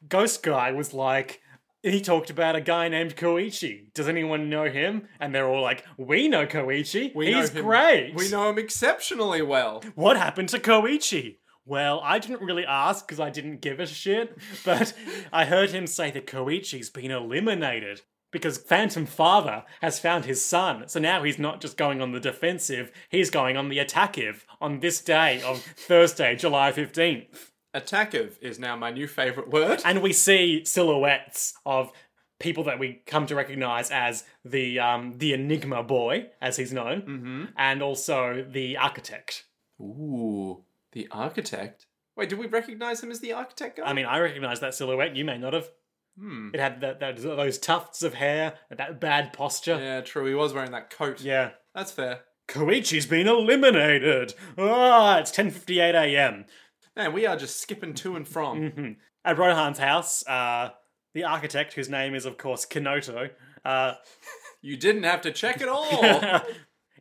Speaker 1: Ghost Guy was like. He talked about a guy named Koichi. Does anyone know him? And they're all like, "We know Koichi.
Speaker 2: We know
Speaker 1: He's
Speaker 2: him-
Speaker 1: great.
Speaker 2: We know him exceptionally well.
Speaker 1: What happened to Koichi? Well, I didn't really ask because I didn't give a shit, but I heard him say that Koichi's been eliminated because Phantom Father has found his son. So now he's not just going on the defensive, he's going on the attackive on this day of Thursday, July 15th.
Speaker 2: Attackive is now my new favorite word.
Speaker 1: And we see silhouettes of people that we come to recognize as the um, the Enigma Boy, as he's known, and also the Architect.
Speaker 2: Ooh, the architect. Wait, did we recognize him as the architect guy?
Speaker 1: I mean, I recognise that silhouette. You may not have.
Speaker 2: Hmm.
Speaker 1: It had that, that those tufts of hair, that bad posture.
Speaker 2: yeah, true. He was wearing that coat.
Speaker 1: Yeah.
Speaker 2: That's fair.
Speaker 1: Koichi's been eliminated. Ah, it's 10:58 a.m.
Speaker 2: Man, we are just skipping to and from.
Speaker 1: Mm. Mm-hmm. at Rohan's house. Uh, the architect, whose name is of course Kenoto, uh,
Speaker 2: You didn't have to check at all.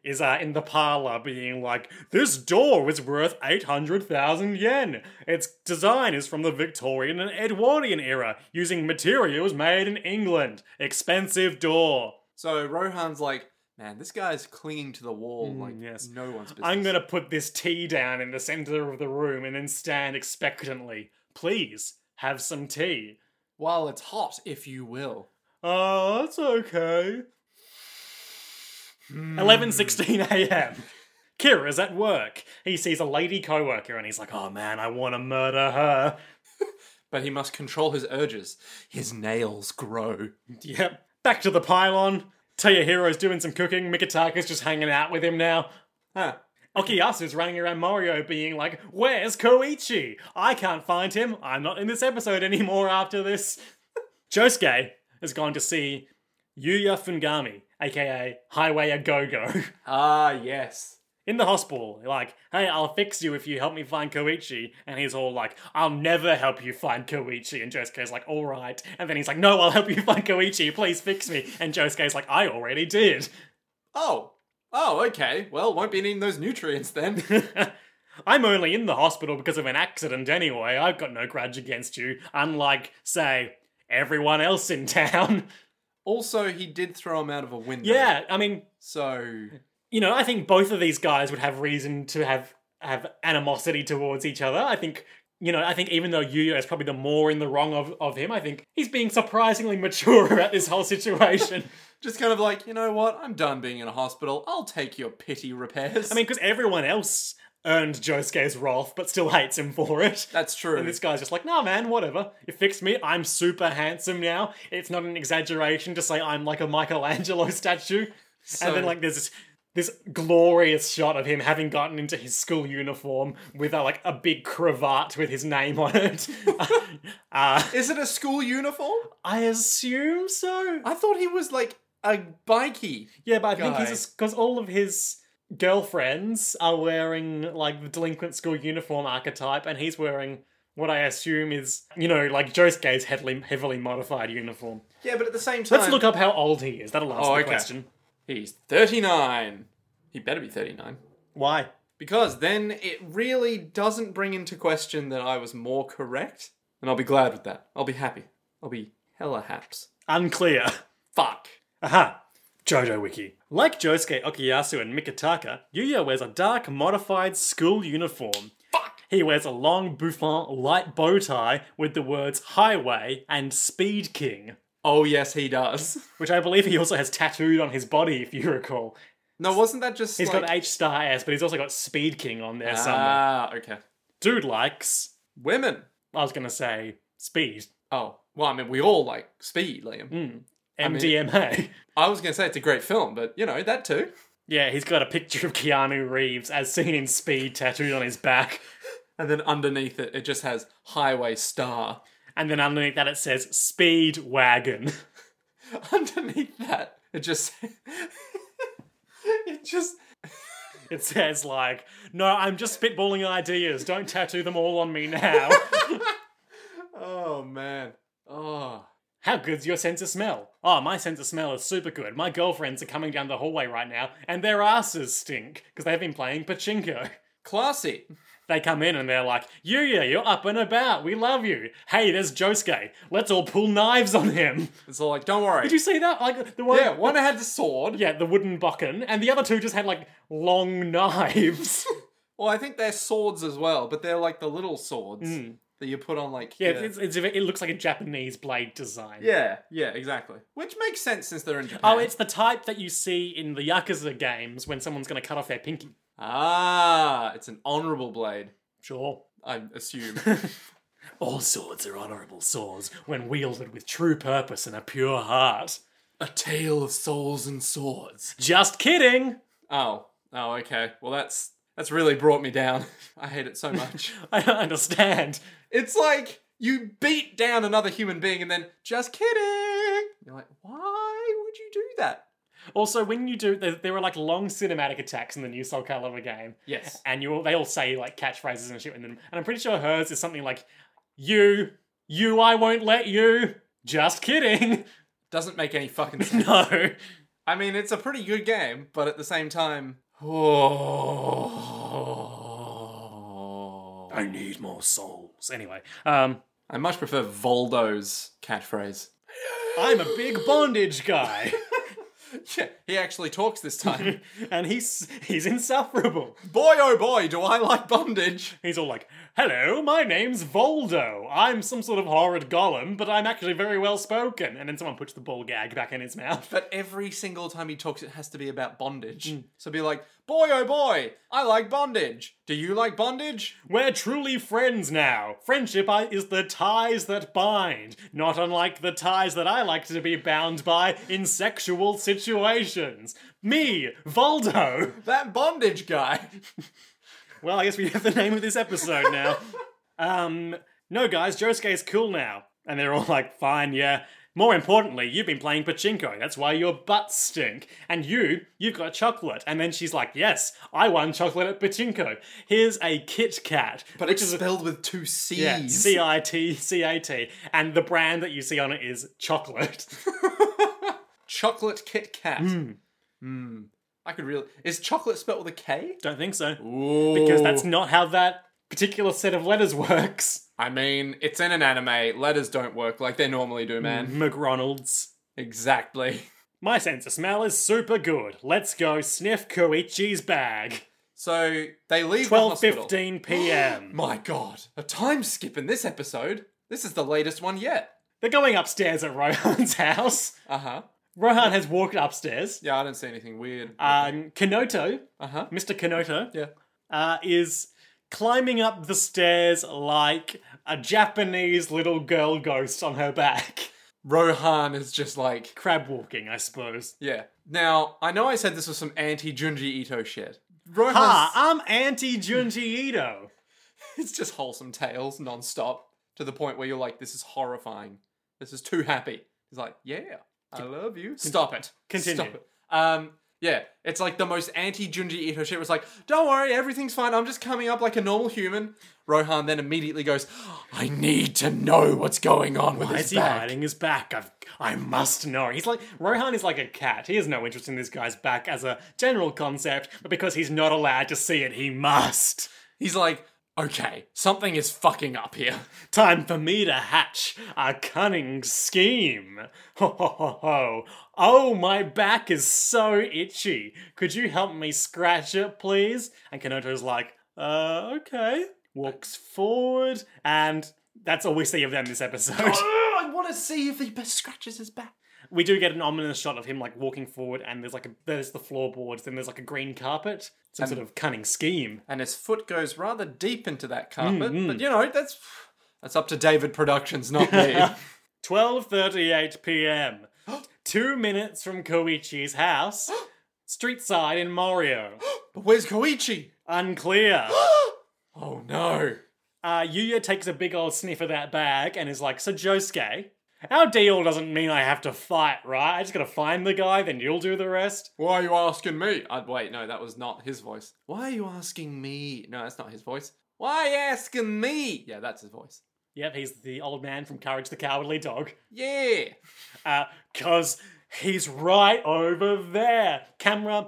Speaker 1: is uh, in the parlor being like, this door is worth 800,000 yen. Its design is from the Victorian and Edwardian era, using materials made in England. Expensive door.
Speaker 2: so Rohan's like, man, this guy's clinging to the wall like
Speaker 1: Mm, yes.
Speaker 2: no one's business.
Speaker 1: I'm gonna put this tea down in the center of the room and then stand expectantly. Please, have some tea.
Speaker 2: While it's hot, if you will.
Speaker 1: Oh, that's okay. 11:16 a.m. Kira's at work. He sees a lady coworker and he's like, "Oh man, I want to murder her."
Speaker 2: But he must control his urges. His nails grow.
Speaker 1: Yep. Back to the pylon. Toyohiro's doing some cooking. Mikitaka's just hanging out with him now.
Speaker 2: Huh.
Speaker 1: Okiyasu's running around Mario being like, Where's Koichi? I can't find him. I'm not in this episode anymore after this. Josuke has gone to see Yuya Fungami, aka Highway A Go Go,
Speaker 2: Ah, yes.
Speaker 1: in the hospital. Like, hey, I'll fix you if you help me find Koichi. And he's all like, I'll never help you find Koichi. And Josuke's like, All right. And then he's like, No, I'll help you find Koichi. Please fix me. And Josuke's like, I already did.
Speaker 2: Oh. Oh, okay. Well, won't be needing those nutrients then.
Speaker 1: I'm only in the hospital because of an accident anyway. I've got no grudge against you, unlike, say, everyone else in town.
Speaker 2: also, he did throw him out of a window.
Speaker 1: yeah, I mean,
Speaker 2: So,
Speaker 1: you know, I think both of these guys would have reason to have have animosity towards each other. I think you know, I think even though Yuya is probably the more in the wrong of, of him, I think he's being surprisingly mature about this whole situation.
Speaker 2: just kind of like, you know what? I'm done being in a hospital. I'll take your pity repairs.
Speaker 1: I mean, because everyone else earned Josuke's wrath, but still hates him for it.
Speaker 2: that's true.
Speaker 1: And this guy's just like, nah, man, whatever. You fixed me. I'm super handsome now. It's not an exaggeration to say I'm like a Michelangelo statue.
Speaker 2: So-
Speaker 1: And then like there's this, this glorious shot of him having gotten into his school uniform with a, like a big cravat with his name on it. uh,
Speaker 2: Is it a school uniform?
Speaker 1: I assume so.
Speaker 2: I thought he was like a bikie.
Speaker 1: Yeah, but I think
Speaker 2: Guy.
Speaker 1: he's because all of his girlfriends are wearing like the delinquent school uniform archetype, and he's wearing what I assume is you know like Josuke's heavily heavily modified uniform.
Speaker 2: Yeah, but at the same time,
Speaker 1: Let's look up how old he is. That'll answer
Speaker 2: Oh,
Speaker 1: the
Speaker 2: okay.
Speaker 1: question.
Speaker 2: He's 39. He better be 39.
Speaker 1: Why?
Speaker 2: Because then it really doesn't bring into question that I was more correct. And I'll be glad with that. I'll be happy. I'll be hella haps.
Speaker 1: Unclear.
Speaker 2: Fuck.
Speaker 1: Aha. Jojo Wiki. Like Josuke Okuyasu and Mikitaka, Yuya wears a dark modified school uniform.
Speaker 2: Fuck.
Speaker 1: He wears a long bouffant light bow tie with the words highway and speed king.
Speaker 2: Oh, yes, he does.
Speaker 1: which I believe he also has tattooed on his body, if you recall.
Speaker 2: No, wasn't that just.
Speaker 1: he's
Speaker 2: like...
Speaker 1: got H star S, but he's also got Speed King on there somewhere.
Speaker 2: Ah, okay.
Speaker 1: Dude likes,
Speaker 2: Women.
Speaker 1: I was gonna say, speed.
Speaker 2: Oh, well, I mean, we all like speed, Liam. mean-
Speaker 1: MDMA.
Speaker 2: I was going to say it's a great film, but you know, that too.
Speaker 1: yeah, he's got a picture of Keanu Reeves as seen in Speed tattooed on his back.
Speaker 2: And then underneath it, it just has Highway Star.
Speaker 1: And then underneath that it says Speed Wagon.
Speaker 2: underneath that, it just. it just.
Speaker 1: It says like, no, I'm just spitballing ideas. Don't tattoo them all on me now.
Speaker 2: Oh, man. Oh.
Speaker 1: How good's your sense of smell? Oh, my sense of smell is super good. My girlfriends are coming down the hallway right now, and their asses stink because they've been playing pachinko.
Speaker 2: Classy.
Speaker 1: They come in and they're like, Yuya, you're up and about. We love you. Hey, there's Josuke. Let's all pull knives on him.
Speaker 2: It's all like, don't worry.
Speaker 1: Did you see that? Like the one,
Speaker 2: yeah, one had the sword.
Speaker 1: yeah, the wooden bokken, and the other two just had like long knives.
Speaker 2: Well, I think they're swords as well, but they're like the little swords that you put on, like.
Speaker 1: Hmm. yeah,
Speaker 2: your-
Speaker 1: It's, it's, it looks like a Japanese blade design.
Speaker 2: yeah, yeah, exactly. Which makes sense since they're in Japan.
Speaker 1: Oh, it's the type that you see in the Yakuza games when someone's going to cut off their pinky.
Speaker 2: Ah, it's an honorable blade,
Speaker 1: Sure.
Speaker 2: I assume.
Speaker 1: All swords are honourable swords when wielded with true purpose and a pure heart.
Speaker 2: a tale of souls and swords.
Speaker 1: Just kidding!
Speaker 2: Oh, oh, okay. Well, that's that's really brought me down. I hate it so much.
Speaker 1: I don't understand.
Speaker 2: it's like you beat down another human being and then just kidding. You're like, why would you do that?
Speaker 1: Also, when you do, there, there are like long cinematic attacks in the new Soul Calibur game,
Speaker 2: Yes.
Speaker 1: and you all, they all say like catchphrases and shit in them. And I'm pretty sure hers is something like, "You, you, I won't let you." Just kidding.
Speaker 2: Doesn't make any fucking sense.
Speaker 1: No,
Speaker 2: I mean, it's a pretty good game, but at the same time, I
Speaker 1: I need more souls. Anyway, um,
Speaker 2: much prefer Voldo's catchphrase.
Speaker 1: I'm a big bondage guy,
Speaker 2: Yeah, he actually talks this time.
Speaker 1: and he's he's insufferable.
Speaker 2: boy, oh boy, do I like bondage!
Speaker 1: He's all like, "Hello, my name's Voldo. I'm some sort of horrid golem, but I'm actually very well spoken." And then someone puts the ball gag back in his mouth.
Speaker 2: But every single time he talks, it has to be about bondage.
Speaker 1: Hmm.
Speaker 2: So be like, boy, oh boy, I like bondage. Do you like bondage?
Speaker 1: We're truly friends now. Friendship I- is the ties that bind, not unlike the ties that I like to be bound by in sexual situations. Me, Voldo.
Speaker 2: That bondage guy.
Speaker 1: Well, I guess we have the name of this episode now. um, no, guys, Josuke's cool now. And they're all like, fine, yeah. More importantly, you've been playing pachinko. That's why your butts stink. And you, you've got chocolate. And then she's like, yes, I won chocolate at pachinko. Here's a Kit Kat.
Speaker 2: But it's spelled with two C's.
Speaker 1: Yeah, C I T C A T. And the brand that you see on it is chocolate.
Speaker 2: Chocolate Kit Kat. Hmm. I could really. Is chocolate spelled with a K?
Speaker 1: Don't think so.
Speaker 2: Ooh.
Speaker 1: Because that's not how that particular set of letters works.
Speaker 2: I mean, it's in an anime. Letters don't work like they normally do,
Speaker 1: Hmm.
Speaker 2: man.
Speaker 1: McRonald's.
Speaker 2: Exactly.
Speaker 1: My sense of smell is super good. Let's go sniff Koichi's bag.
Speaker 2: So they leave the
Speaker 1: Twelve
Speaker 2: hospital.
Speaker 1: fifteen p.m.
Speaker 2: My god, a time skip in this episode. This is the latest one yet.
Speaker 1: They're going upstairs at Rohan's house.
Speaker 2: Uh huh.
Speaker 1: Rohan has walked upstairs.
Speaker 2: Yeah, I don't see anything weird.
Speaker 1: Um, Kanoto,
Speaker 2: Uh huh.
Speaker 1: Mr. Kanoto,
Speaker 2: Yeah.
Speaker 1: uh, is climbing up the stairs like a Japanese little girl ghost on her back.
Speaker 2: Rohan is just like,
Speaker 1: Crab walking, I suppose.
Speaker 2: yeah. Now, I know I said this was some anti Junji Ito shit. Rohan's
Speaker 1: Ah, I'm anti Junji Ito.
Speaker 2: it's just wholesome tales nonstop to the point where you're like, this is horrifying. This is too happy. He's like, yeah, I love you. Stop it.
Speaker 1: continue.
Speaker 2: Stop it. Um, yeah, it's like the most anti Junji Ito shit. It was like, don't worry, everything's fine. I'm just coming up like a normal human. Rohan then immediately goes, I need to know what's going on with
Speaker 1: Why
Speaker 2: his
Speaker 1: is he
Speaker 2: back.
Speaker 1: hiding his back? I've, I must know. He's like Rohan is like a cat. He has no interest in this guy's back as a general concept, but because he's not allowed to see it, he must.
Speaker 2: He's like, okay, something is fucking up here.
Speaker 1: Time for me to hatch a cunning scheme. Ho ho ho ho! Oh, my back is so itchy. Could you help me scratch it, please? And Kanoto's like, uh, okay. Walks forward, and that's all we see of them this episode.
Speaker 2: "Oh, I want to see if he scratches his back.
Speaker 1: we do get an ominous shot of him like walking forward and there's like a, there's the floorboards then there's like a green carpet some sort of cunning scheme
Speaker 2: and his foot goes rather deep into that carpet. But you know, that's that's up to David Productions, not me.
Speaker 1: 12:38 p.m. 2 minutes from Koichi's house street side in Mario
Speaker 2: but where's Koichi?
Speaker 1: unclear
Speaker 2: Oh no!
Speaker 1: uh Yuya takes a big old sniff of that bag and is like so Josuke our deal doesn't mean I have to fight right I just got to find the guy then you'll do the rest
Speaker 2: Why are you asking me? I'd wait. No, that was not his voice. Why are you asking me? No, that's not his voice. Why are you asking me? Yeah, that's his voice.
Speaker 1: yep he's the old man from Courage the Cowardly Dog
Speaker 2: Yeah.
Speaker 1: because he's right over there. Camera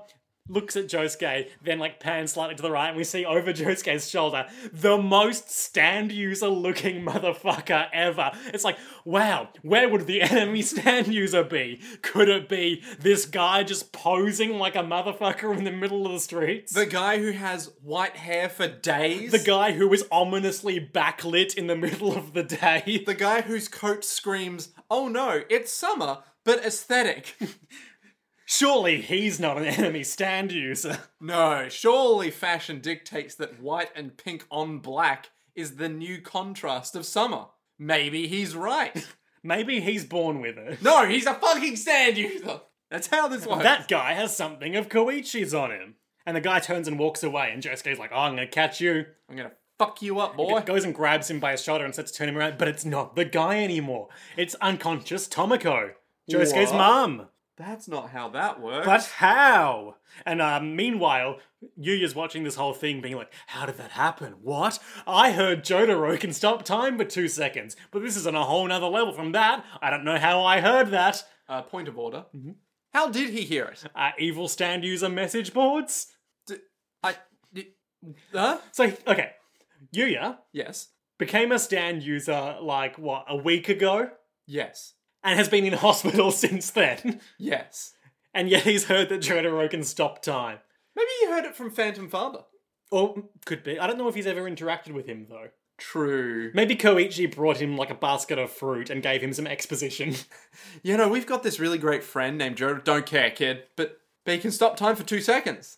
Speaker 1: looks at Josuke, then like pans slightly to the right, and we see over Josuke's shoulder the most stand user looking motherfucker ever. It's like, wow, where would the enemy stand user be? Could it be this guy just posing like a motherfucker in the middle of the streets?
Speaker 2: The guy who has white hair for days.
Speaker 1: the guy who is ominously backlit in the middle of the day.
Speaker 2: The guy whose coat screams, "Oh no, it's summer, but aesthetic."
Speaker 1: Surely he's not an enemy stand user.
Speaker 2: No, surely fashion dictates that white and pink on black is the new contrast of summer. Maybe he's right.
Speaker 1: Maybe he's born with it.
Speaker 2: No, he's a fucking sand user. That's how this works.
Speaker 1: That guy has something of Koichi's on him. And the guy turns and walks away, and Josuke's like, oh, I'm gonna catch you.
Speaker 2: I'm gonna fuck you up, boy.
Speaker 1: Goes and grabs him by his shoulder and starts to turn him around, but it's not the guy anymore. It's unconscious Tomoko, Josuke's
Speaker 2: What?
Speaker 1: mum.
Speaker 2: That's not how that works.
Speaker 1: But how? And uh, meanwhile, Yuya's watching this whole thing, being like, how did that happen? What? I heard Jotaro can stop time for two seconds, but this is on a whole nother level from that. I don't know how I heard that. Mm-hmm.
Speaker 2: uh, point of order. How did he hear it?
Speaker 1: Uh, evil stand user message boards.
Speaker 2: I. d- Huh?
Speaker 1: So, okay, Yuya
Speaker 2: Yes.
Speaker 1: became a stand user like, what, a week ago?
Speaker 2: Yes.
Speaker 1: And has been in hospital since then.
Speaker 2: Yes. And
Speaker 1: And yet he's heard that Jotaro can stop time.
Speaker 2: maybe you heard it from Phantom Father.
Speaker 1: Or could be. I don't know if he's ever interacted with him, though.
Speaker 2: True.
Speaker 1: Maybe Koichi brought him like a basket of fruit and gave him some exposition.
Speaker 2: You know, we've got this really great friend named Joe. Don't care, kid. But but he can stop time for two seconds.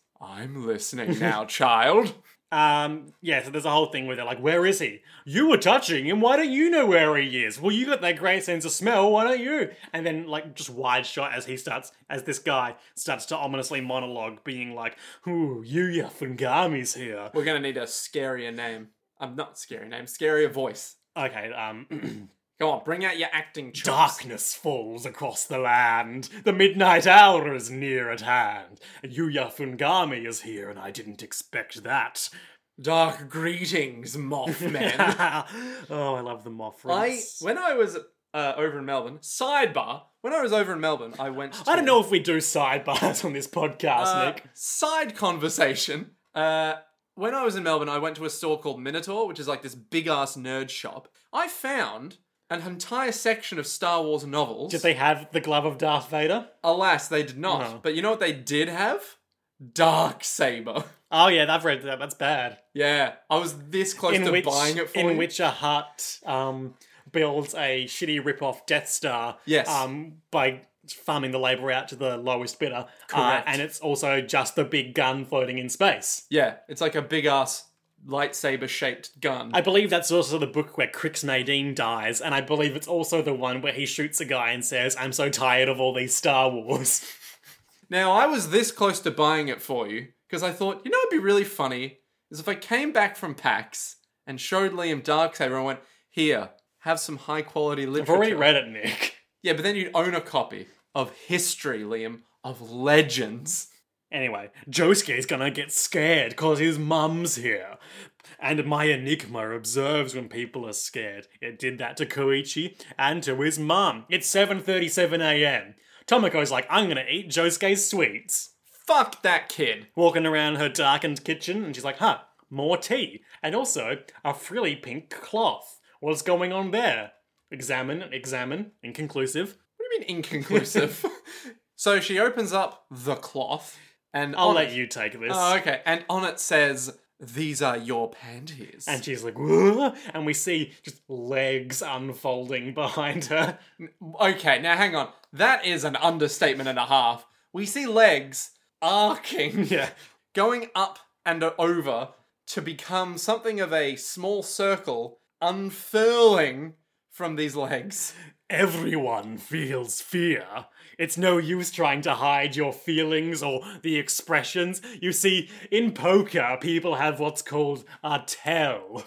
Speaker 2: I'm listening now, child.
Speaker 1: Um, yeah, so there's a whole thing where they're like, where is he? You were touching him, why don't you know where he is? Well, you got that great sense of smell, why don't you? And then, like, just wide shot as he starts, as this guy starts to ominously monologue, being like, ooh, Yuya Fungami's here.
Speaker 2: We're gonna need a scarier name. I'm not scary name. Scarier voice.
Speaker 1: Okay, um,
Speaker 2: Come on, bring out your acting chops.
Speaker 1: darkness falls across the land. The midnight hour is near at hand. Yuya Fungami is here, and I didn't expect that.
Speaker 2: Dark greetings, Mothman.
Speaker 1: oh, I love the moth.
Speaker 2: I
Speaker 1: reference.
Speaker 2: when I was uh, over in Melbourne. Sidebar. When I was over in Melbourne, I went. To,
Speaker 1: I don't know if we do sidebars on this podcast,
Speaker 2: Uh,
Speaker 1: Nick.
Speaker 2: side conversation. Uh, when I was in Melbourne, I went to a store called Minotaur, which is like this big ass nerd shop. I found an entire section of Star Wars novels.
Speaker 1: Did they have the glove of Darth Vader?
Speaker 2: Alas, they did not.
Speaker 1: No.
Speaker 2: But you know what they did have? Dark saber.
Speaker 1: Oh yeah, I've read that. That's bad.
Speaker 2: yeah, I was this close
Speaker 1: In
Speaker 2: to
Speaker 1: which,
Speaker 2: buying it for
Speaker 1: in
Speaker 2: you.
Speaker 1: which a hut um, builds a shitty rip-off Death Star.
Speaker 2: Yes.
Speaker 1: Um, by farming the labor out to the lowest bidder. uh,
Speaker 2: Correct.
Speaker 1: and it's also just the big gun floating in space.
Speaker 2: yeah, it's like a big ass lightsaber shaped gun.
Speaker 1: I believe that's also the book where Crix Nadine dies, and I believe it's also the one where he shoots a guy and says, "I'm so tired of all these Star Wars."
Speaker 2: Now, I was this close to buying it for you because I thought, you know, it'd be really funny is if I came back from PAX and showed Liam Darksaber and went, here, have some high quality
Speaker 1: I've
Speaker 2: literature.
Speaker 1: already read it, Nick.
Speaker 2: Yeah, but then you'd own a copy of history, Liam, of legends.
Speaker 1: Anyway, Josuke's gonna get scared because his mum's here. And my enigma observes when people are scared. It did that to Koichi and to his mum. It's 7.37 a.m. Tomoko's like, I'm gonna eat Josuke's sweets.
Speaker 2: Fuck that kid.
Speaker 1: Walking around her darkened kitchen and she's like, huh, more tea. And also, a frilly pink cloth. What's going on there? Examine, examine, inconclusive.
Speaker 2: What do you mean inconclusive? so she opens up the cloth and
Speaker 1: I'll
Speaker 2: on
Speaker 1: let
Speaker 2: it-
Speaker 1: you take this.
Speaker 2: Oh, okay. And on it says, these are your panties.
Speaker 1: And she's like, "Whoa," and we see just legs unfolding behind her.
Speaker 2: Okay, now hang on. That is an understatement and a half. We see legs arcing,
Speaker 1: Yeah.
Speaker 2: going up and over to become something of a small circle unfurling from these legs.
Speaker 1: Everyone feels fear. It's no use trying to hide your feelings or the expressions. You see, in poker, people have what's called a tell.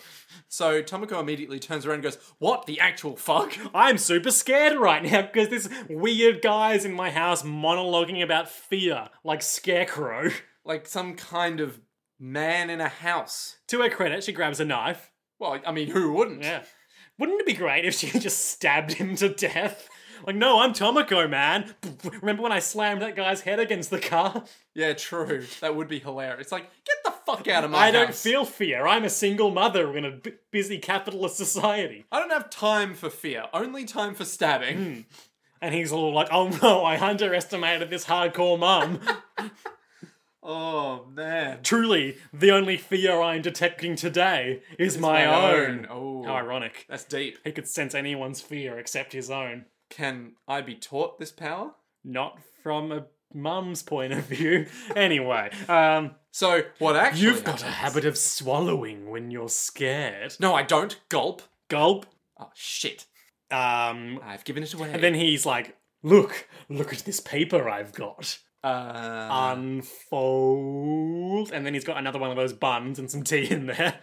Speaker 2: So Tomoko immediately turns around and goes, What the actual fuck?
Speaker 1: I'm super scared right now because this weird guy's in my house monologuing about fear like Scarecrow.
Speaker 2: Like some kind of man in a house.
Speaker 1: To her credit, she grabs a knife.
Speaker 2: Well, I mean, who wouldn't?
Speaker 1: Yeah. Wouldn't it be great if she just stabbed him to death? Like, no, I'm Tomoko, man. Remember when I slammed that guy's head against the car?
Speaker 2: Yeah, true. That would be hilarious. Like, get the fuck out of my
Speaker 1: I don't
Speaker 2: house.
Speaker 1: feel fear. I'm a single mother in a b- busy capitalist society.
Speaker 2: I don't have time for fear, only time for stabbing.
Speaker 1: And he's all like, oh no, I underestimated this hardcore mum. Hmm.
Speaker 2: Oh man.
Speaker 1: Truly, the only fear I'm detecting today is my, own.
Speaker 2: Oh,
Speaker 1: How ironic.
Speaker 2: that's deep.
Speaker 1: He could sense anyone's fear except his own.
Speaker 2: Can I be taught this power?
Speaker 1: Not from a mum's point of view. anyway, um,
Speaker 2: So what actually?
Speaker 1: You've got a
Speaker 2: happens-
Speaker 1: habit of swallowing when you're scared.
Speaker 2: No, I don't. Gulp.
Speaker 1: Gulp.
Speaker 2: Oh shit!
Speaker 1: Um,
Speaker 2: I've given it away.
Speaker 1: and then he's like, "Look, look at this paper I've got."
Speaker 2: uh,
Speaker 1: Unfold, and then he's got another one of those buns and some tea in there.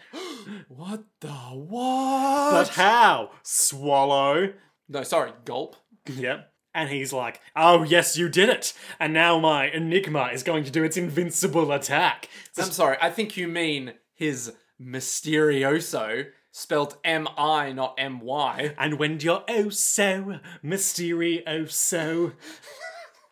Speaker 2: what the what?
Speaker 1: But how? Swallow.
Speaker 2: no, sorry. Gulp.
Speaker 1: Yep. And he's like, "Oh yes, you did it." And now my enigma is going to do its invincible attack. So
Speaker 2: I'm sorry. I think you mean his mysterioso, spelt M I, not M Y.
Speaker 1: And when you're oh so mysterio so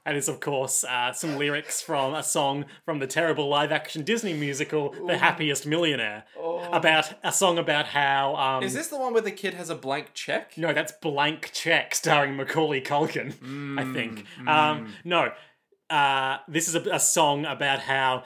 Speaker 1: And it's, of course, uh, some lyrics from a song from the terrible live action Disney musical, The Happiest Millionaire. About a song about how. Um,
Speaker 2: Is this the one where the kid has a blank check?
Speaker 1: no, that's Blank Check starring Macaulay Culkin, I think. Um, no, uh, this is a, a song about how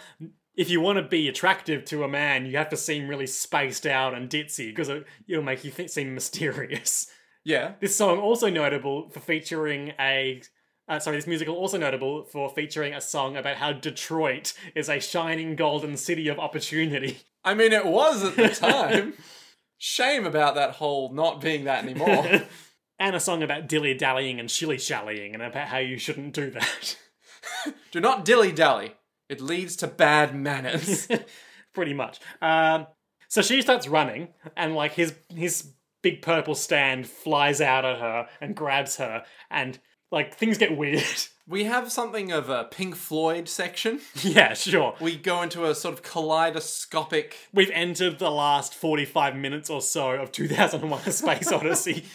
Speaker 1: if you want to be attractive to a man, you have to seem really spaced out and ditzy because it, it'll make you th- seem mysterious.
Speaker 2: Yeah.
Speaker 1: This song also notable for featuring a. Uh, sorry, this musical also notable for featuring a song about how Detroit is a shining golden city of opportunity.
Speaker 2: I mean, it was at the time. Shame about that whole not being that anymore.
Speaker 1: And a song about dilly dallying and shilly shallying and about how you shouldn't do that.
Speaker 2: Do not dilly dally. It leads to bad manners.
Speaker 1: pretty much. Um, so she starts running, and like his his big purple stand flies out at her and grabs her, and like things get weird.
Speaker 2: we have something of a Pink Floyd section.
Speaker 1: yeah, sure.
Speaker 2: We go into a sort of kaleidoscopic.
Speaker 1: We've entered the last forty five minutes or so of two thousand and one: A Space Odyssey.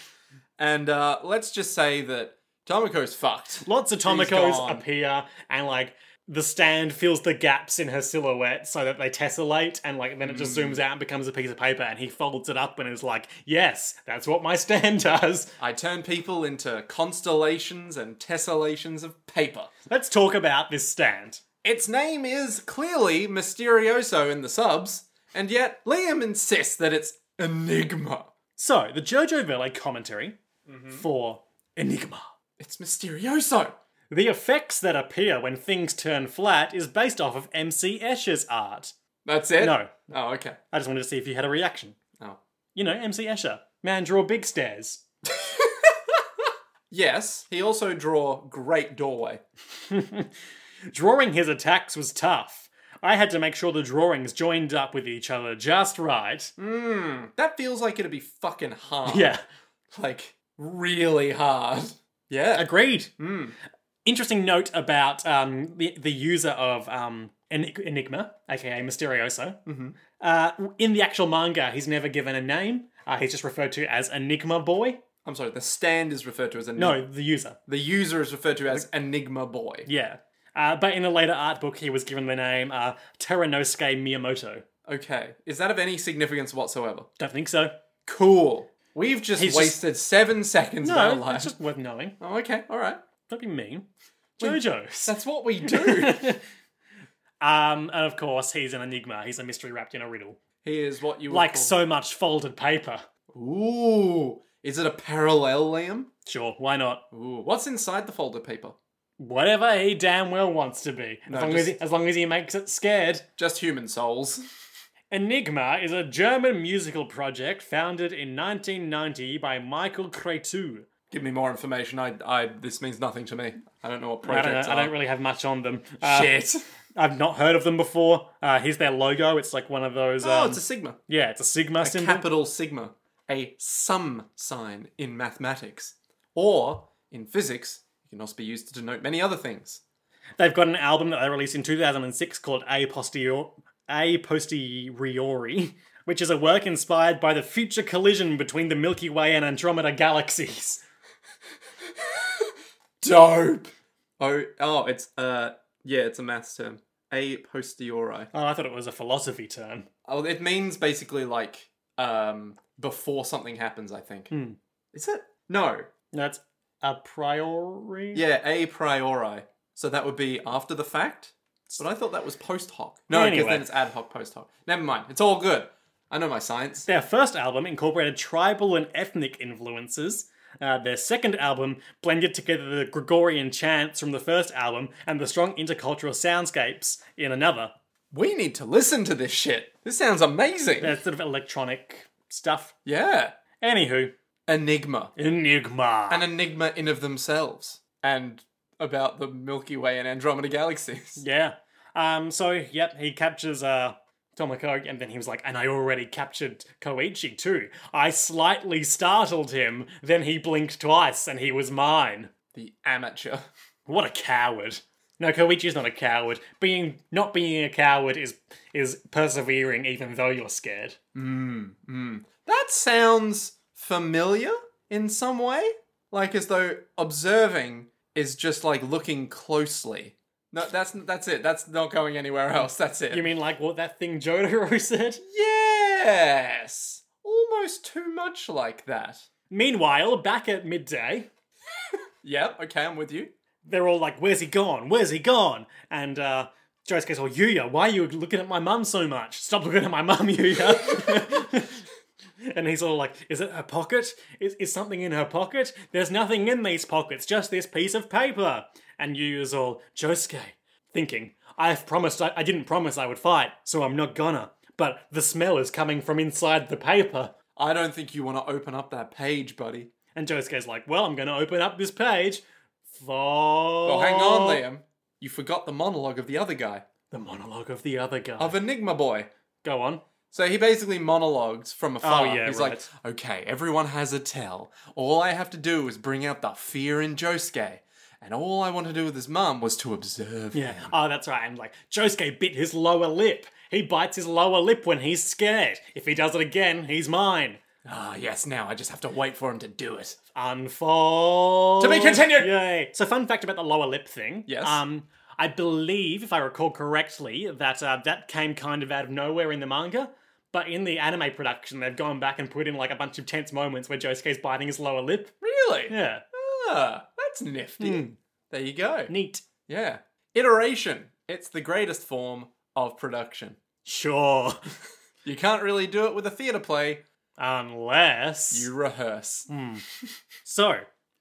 Speaker 2: And uh, let's just say that Tomiko's fucked.
Speaker 1: Lots of
Speaker 2: gone.
Speaker 1: Tomikos appear, and like. The stand fills the gaps in her silhouette so that they tessellate, and like then it just zooms out and becomes a piece of paper. And he folds it up and is like, "Yes, that's what my stand does."
Speaker 2: I turn people into constellations and tessellations of paper.
Speaker 1: Let's talk about this stand.
Speaker 2: Its name is clearly Mysterioso in the subs, and yet Liam insists that it's Enigma.
Speaker 1: So, the Jojo Vele commentary for Enigma.
Speaker 2: It's Mysterioso.
Speaker 1: The effects that appear when things turn flat is based off of MC Escher's art.
Speaker 2: That's it?
Speaker 1: No.
Speaker 2: Oh, okay.
Speaker 1: I just wanted to see if you had a reaction.
Speaker 2: Oh.
Speaker 1: You know, MC Escher. Man, draw big stairs.
Speaker 2: Yes, he also draw Great Doorway.
Speaker 1: Drawing his attacks was tough. I had to make sure the drawings joined up with each other just right.
Speaker 2: Hmm, That feels like it'd be fucking hard.
Speaker 1: Yeah.
Speaker 2: Like, really hard. Yeah.
Speaker 1: Agreed. Interesting note about um, the the user of um, Enig- Enigma, aka Mysterioso. Uh, in the actual manga, he's never given a name. Uh, he's just referred to as Enigma Boy.
Speaker 2: I'm sorry, the stand is referred to as Enigma.
Speaker 1: No, the user.
Speaker 2: The user is referred to as Enigma Boy.
Speaker 1: Yeah. Uh, but in a later art book, he was given the name uh, Teranosuke Miyamoto.
Speaker 2: Okay. Is that of any significance whatsoever?
Speaker 1: Don't think so.
Speaker 2: Cool. We've just
Speaker 1: He's just-
Speaker 2: wasted seven seconds of our
Speaker 1: No,
Speaker 2: lives.
Speaker 1: it's just worth knowing.
Speaker 2: Oh, okay. All right.
Speaker 1: Don't be mean. JoJo's.
Speaker 2: That's what we do.
Speaker 1: Um, and of course, he's an enigma. He's a mystery wrapped in a riddle.
Speaker 2: he is what you would
Speaker 1: Like
Speaker 2: call-
Speaker 1: so much folded paper.
Speaker 2: Ooh. Is it a parallel, Liam?
Speaker 1: Sure, why not?
Speaker 2: Ooh. What's inside the folded paper?
Speaker 1: Whatever he damn well wants to be, as, long, as,
Speaker 2: just-
Speaker 1: he, as long as he makes it scared.
Speaker 2: Just human souls.
Speaker 1: Enigma is a German musical project founded in 1990 by Michael Cretu.
Speaker 2: Give me more information. I, I, this means nothing to me. I don't know what
Speaker 1: I don't know,
Speaker 2: projects
Speaker 1: uh, I don't
Speaker 2: are.
Speaker 1: really have much on them. Uh,
Speaker 2: Shit.
Speaker 1: I've not heard of them before. Uh, here's their logo. It's like one of those. Um,
Speaker 2: Oh, it's a sigma.
Speaker 1: yeah, it's a sigma symbol.
Speaker 2: Capital sigma. A sum sign in mathematics. Or, in physics, it can also be used to denote many other things.
Speaker 1: They've got an album that they released in 2006 called A Posterior. A posteriori, which is a work inspired by the future collision between the Milky Way and Andromeda galaxies.
Speaker 2: Dope. Oh, oh, it's uh, yeah, it's a maths term. A posteriori.
Speaker 1: Oh, I thought it was a philosophy term.
Speaker 2: Oh, it means basically like um before something happens. I think. Is it? No.
Speaker 1: That's a priori.
Speaker 2: Yeah, a priori. So that would be after the fact. But I thought that was post hoc. No, because
Speaker 1: Anyway.
Speaker 2: then it's ad hoc post hoc. Never mind. It's all good. I know my science.
Speaker 1: Their first album incorporated tribal and ethnic influences. Uh, their second album blended together the Gregorian chants from the first album and the strong intercultural soundscapes in another.
Speaker 2: We need to listen to this shit. This sounds amazing.
Speaker 1: That's sort of electronic stuff.
Speaker 2: yeah.
Speaker 1: Anywho,
Speaker 2: Enigma.
Speaker 1: Enigma.
Speaker 2: An enigma in of themselves. And about the Milky Way and Andromeda galaxies.
Speaker 1: yeah. Um. So yep, he captures uh Tomoko, and then he was like, "And I already captured Koichi too. I slightly startled him. Then he blinked twice, and he was mine."
Speaker 2: The amateur.
Speaker 1: What a coward. No, Koichi's not a coward. Being not being a coward is is persevering even though you're scared.
Speaker 2: Mm, That sounds familiar in some way. Like as though observing is just like looking closely. No, that's that's it. That's not going anywhere else. That's it.
Speaker 1: You mean like what that thing Jotaro said?
Speaker 2: yes, almost too much like that.
Speaker 1: Meanwhile, back at midday,
Speaker 2: Yep. Okay, I'm with you.
Speaker 1: they're all like, Where's he gone? Where's he gone? And uh Josuke's all, Yuya, why are you looking at my mum so much? Stop looking at my mum, Yuya. and he's all like, Is it her pocket? Is, is something in her pocket? There's nothing in these pockets, just this piece of paper. And Yuya's all, Josuke, thinking, I've promised, I, I didn't promise I would fight, so I'm not gonna. But the smell is coming from inside the paper.
Speaker 2: I don't think you want to open up that page, buddy.
Speaker 1: And Josuke's like, Well, I'm gonna open up this page. For...
Speaker 2: Oh, hang on, Liam. You forgot the monologue of the other guy,
Speaker 1: The monologue of the other guy.
Speaker 2: of Enigma Boy.
Speaker 1: Go on.
Speaker 2: So he basically monologues from afar.
Speaker 1: Oh, yeah,
Speaker 2: He's
Speaker 1: right.
Speaker 2: like, okay, everyone has a tell. All I have to do is bring out the fear in Josuke. And all I want to do with his mum was to observe
Speaker 1: Yeah.
Speaker 2: him.
Speaker 1: Oh, that's right. And like, Josuke bit his lower lip. He bites his lower lip when he's scared. If he does it again, he's mine.
Speaker 2: Ah, yes, now I just have to wait for him to do it.
Speaker 1: Unfold.
Speaker 2: To be continued.
Speaker 1: Yay. So, fun fact about the lower lip thing.
Speaker 2: Yes.
Speaker 1: Um, I believe, if I recall correctly, that uh, that came kind of out of nowhere in the manga. But in the anime production, they've gone back and put in like a bunch of tense moments where Josuke's biting his lower lip.
Speaker 2: Really?
Speaker 1: Yeah. Hmm.
Speaker 2: Ah, that's nifty. There you go.
Speaker 1: Neat.
Speaker 2: Yeah. Iteration. It's the greatest form of production.
Speaker 1: Sure.
Speaker 2: You can't really do it with a theatre play.
Speaker 1: Unless.
Speaker 2: You rehearse.
Speaker 1: Hmm. So,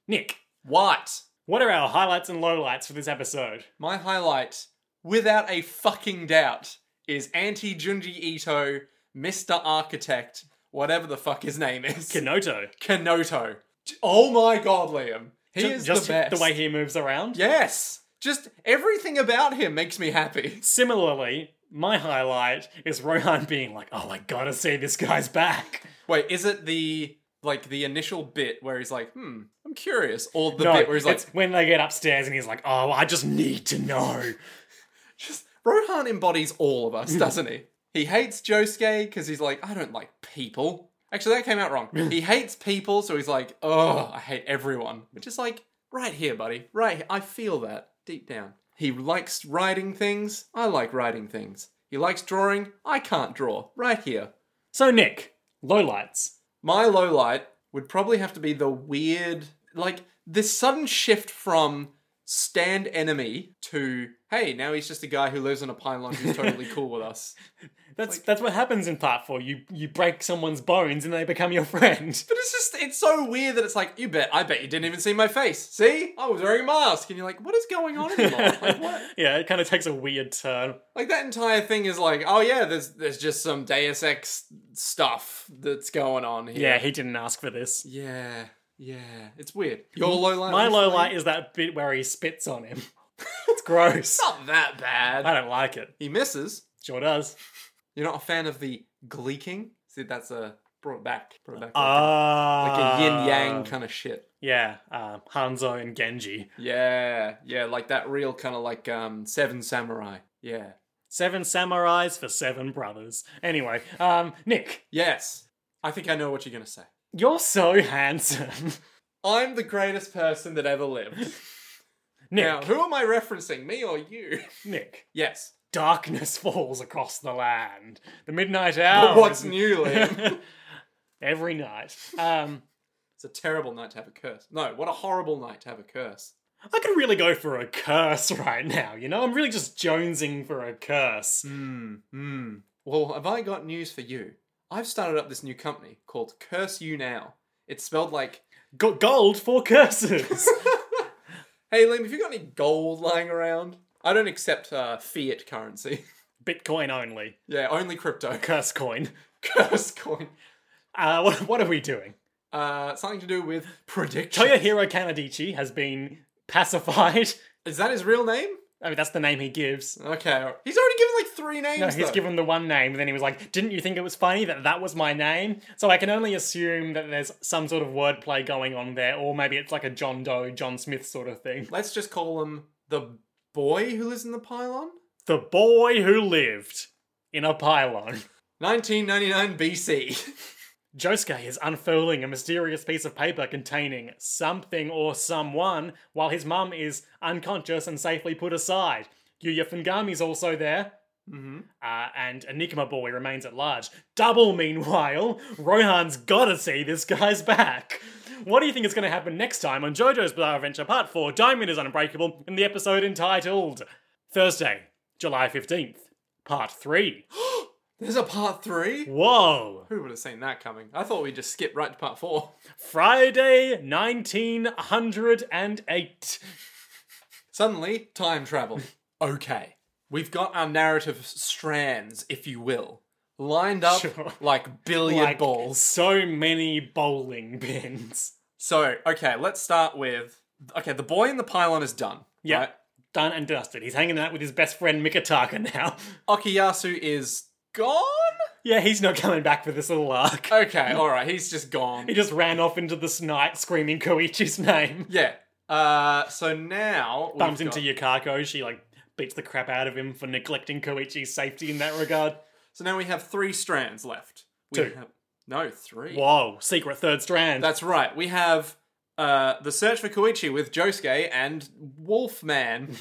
Speaker 1: Nick,
Speaker 2: What?
Speaker 1: what are our highlights and lowlights for this episode?
Speaker 2: My highlight, without a fucking doubt, is anti Junji Ito, Mr. Architect, whatever the fuck his name is.
Speaker 1: Kenoto.
Speaker 2: Kenoto. J- Oh my god, Liam. He
Speaker 1: Ju-
Speaker 2: is
Speaker 1: just
Speaker 2: the best.
Speaker 1: way he moves around.
Speaker 2: Yes. Just everything about him makes me happy.
Speaker 1: Similarly, my highlight is Rohan being like, oh, I gotta see this guy's back.
Speaker 2: Wait, is it the like the initial bit where he's like, hmm, I'm curious, or the
Speaker 1: No,
Speaker 2: bit where he's like,
Speaker 1: it's when they get upstairs and he's like, oh, I just need to know.
Speaker 2: just Rohan embodies all of us, doesn't he? He hates Josuke because he's like, I don't like people. Actually, that came out wrong. he hates people, so he's like, oh, I hate everyone. Which is like, right here, buddy. Right here. I feel that deep down. He likes writing things. I like writing things. He likes drawing. I can't draw. Right here.
Speaker 1: So, Nick, lowlights.
Speaker 2: My low light would probably have to be the weird, like this sudden shift from stand enemy to hey, now he's just a guy who lives in a pylon who's totally cool with us.
Speaker 1: That's that's what happens in part four. You you break someone's bones and they become your friend.
Speaker 2: But it's just it's so weird that it's like you bet I bet you didn't even see my face. See, I was wearing a mask, and you're like, what is going on in your life? Like what?
Speaker 1: yeah, it kind of takes a weird turn.
Speaker 2: Like that entire thing is like, oh yeah, there's there's just some Deus Ex stuff that's going on here.
Speaker 1: Yeah, he didn't ask for this.
Speaker 2: yeah, yeah. It's weird. Your low light.
Speaker 1: My low light is that bit where he spits on him. it's gross.
Speaker 2: not that bad.
Speaker 1: I don't like it.
Speaker 2: He misses.
Speaker 1: Sure does.
Speaker 2: You're not a fan of the gleeking? See, that's a brought back, brought back, like a-
Speaker 1: Ah,
Speaker 2: like a yin yang kind of shit.
Speaker 1: Yeah, uh, Hanzo and Genji.
Speaker 2: Yeah, yeah, like that real kind of like um Seven Samurai. Yeah.
Speaker 1: Seven samurais for seven brothers. Anyway, um, Nick,
Speaker 2: Yes, I think I know what you're gonna say.
Speaker 1: you're so handsome.
Speaker 2: I'm the greatest person that ever lived.
Speaker 1: Nick,
Speaker 2: Now, who am I referencing, me or you?
Speaker 1: Nick,
Speaker 2: yes.
Speaker 1: darkness falls across the land. The midnight hour.
Speaker 2: What's
Speaker 1: is-
Speaker 2: new, Liam?
Speaker 1: Every night. Um,
Speaker 2: it's a terrible night to have a curse. No, what a horrible night to have a curse.
Speaker 1: I could really go for a curse right now, you know? I'm really just jonesing for a curse.
Speaker 2: Hmm. Hmm. Well, have I got news for you? I've started up this new company called Curse You Now. It's spelled like
Speaker 1: Got gold for curses.
Speaker 2: Hey Liam, have you got any gold lying around? I don't accept uh, fiat currency.
Speaker 1: Bitcoin only.
Speaker 2: yeah, only crypto.
Speaker 1: Curse coin.
Speaker 2: Curse coin.
Speaker 1: Uh, what, what are we doing?
Speaker 2: Uh, something to do with
Speaker 1: Oh,
Speaker 2: prediction.
Speaker 1: Toyohiro Kanadichi has been pacified.
Speaker 2: Is that his real name?
Speaker 1: I mean, that's the name he gives.
Speaker 2: Okay. He's already given like three names.
Speaker 1: No, he's
Speaker 2: though.
Speaker 1: given the one name, and then he was like, Didn't you think it was funny that that was my name? So I can only assume that there's some sort of wordplay going on there, or maybe it's like a John Doe, John Smith sort of thing.
Speaker 2: Let's just call him the boy who lives in the pylon.
Speaker 1: The boy who lived in a pylon.
Speaker 2: 1999 BC.
Speaker 1: Josuke is unfurling a mysterious piece of paper containing something or someone while his mum is unconscious and safely put aside. Yuya Fungami's also there.
Speaker 2: Mm-hmm.
Speaker 1: Uh, and Enigma Boy remains at large. Double meanwhile, Rohan's gotta see this guy's back. What do you think is going to happen next time on JoJo's Bizarre Adventure Part 4 Diamond is Unbreakable in the episode entitled Thursday, July 15th, Part 3?
Speaker 2: There's a part three?
Speaker 1: Whoa!
Speaker 2: Who would have seen that coming? I thought we just skipped right to part four.
Speaker 1: Friday 1908.
Speaker 2: Suddenly, time travel. okay. We've got our narrative strands, if you will, lined up
Speaker 1: Sure.
Speaker 2: like billiard
Speaker 1: Like,
Speaker 2: balls.
Speaker 1: So many bowling pins.
Speaker 2: So, okay, let's start with. Okay, the boy in the pylon is done.
Speaker 1: Yeah.
Speaker 2: right?
Speaker 1: Done and dusted. He's hanging out with his best friend Mikitaka now.
Speaker 2: Okuyasu is gone?
Speaker 1: Yeah, he's not coming back for this little arc.
Speaker 2: Okay, alright, he's just gone.
Speaker 1: He just ran off into the night screaming Koichi's name.
Speaker 2: Yeah. Uh, so now. we've
Speaker 1: Bumps into
Speaker 2: got-
Speaker 1: Yukako. She, like, beats the crap out of him for neglecting Koichi's safety in that regard.
Speaker 2: So now we have three strands left. We
Speaker 1: Two.
Speaker 2: Have, no, three.
Speaker 1: Whoa, secret third strand.
Speaker 2: That's right. We have uh, the search for Koichi with Josuke and Wolfman,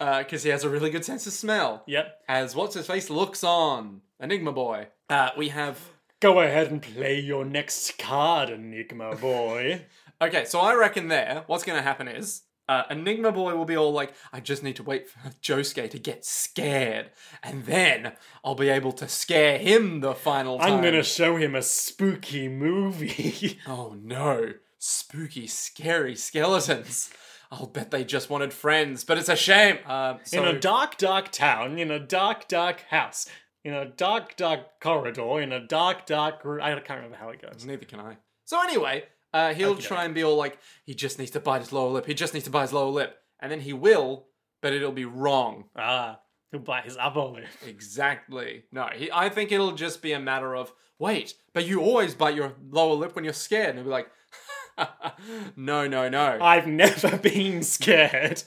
Speaker 2: because he has a really good sense of smell.
Speaker 1: yep.
Speaker 2: As what's his face looks on Enigma Boy. Uh, we have.
Speaker 1: Go ahead and play your next card, Enigma boy.
Speaker 2: Okay, so I reckon there, what's going to happen is uh, Enigma Boy will be all like, I just need to wait for Josuke to get scared, and then I'll be able to scare him the final time.
Speaker 1: I'm gonna show him a spooky movie.
Speaker 2: Oh no, spooky, scary skeletons. I'll bet they just wanted friends, but it's a shame. Um, so,
Speaker 1: in a dark, dark town, in a dark, dark house, in a dark, dark corridor, in a dark, dark room. I can't remember how it goes.
Speaker 2: neither can I. So anyway, uh, he'll try and be all like, he just needs to bite his lower lip. He just needs to bite his lower lip, and then he will, but it'll be wrong.
Speaker 1: Ah, he'll bite his upper lip.
Speaker 2: Exactly. No, he, I think it'll just be a matter of wait, but you always bite your lower lip when you're scared, and he'll be like, no, no, no.
Speaker 1: I've never been scared.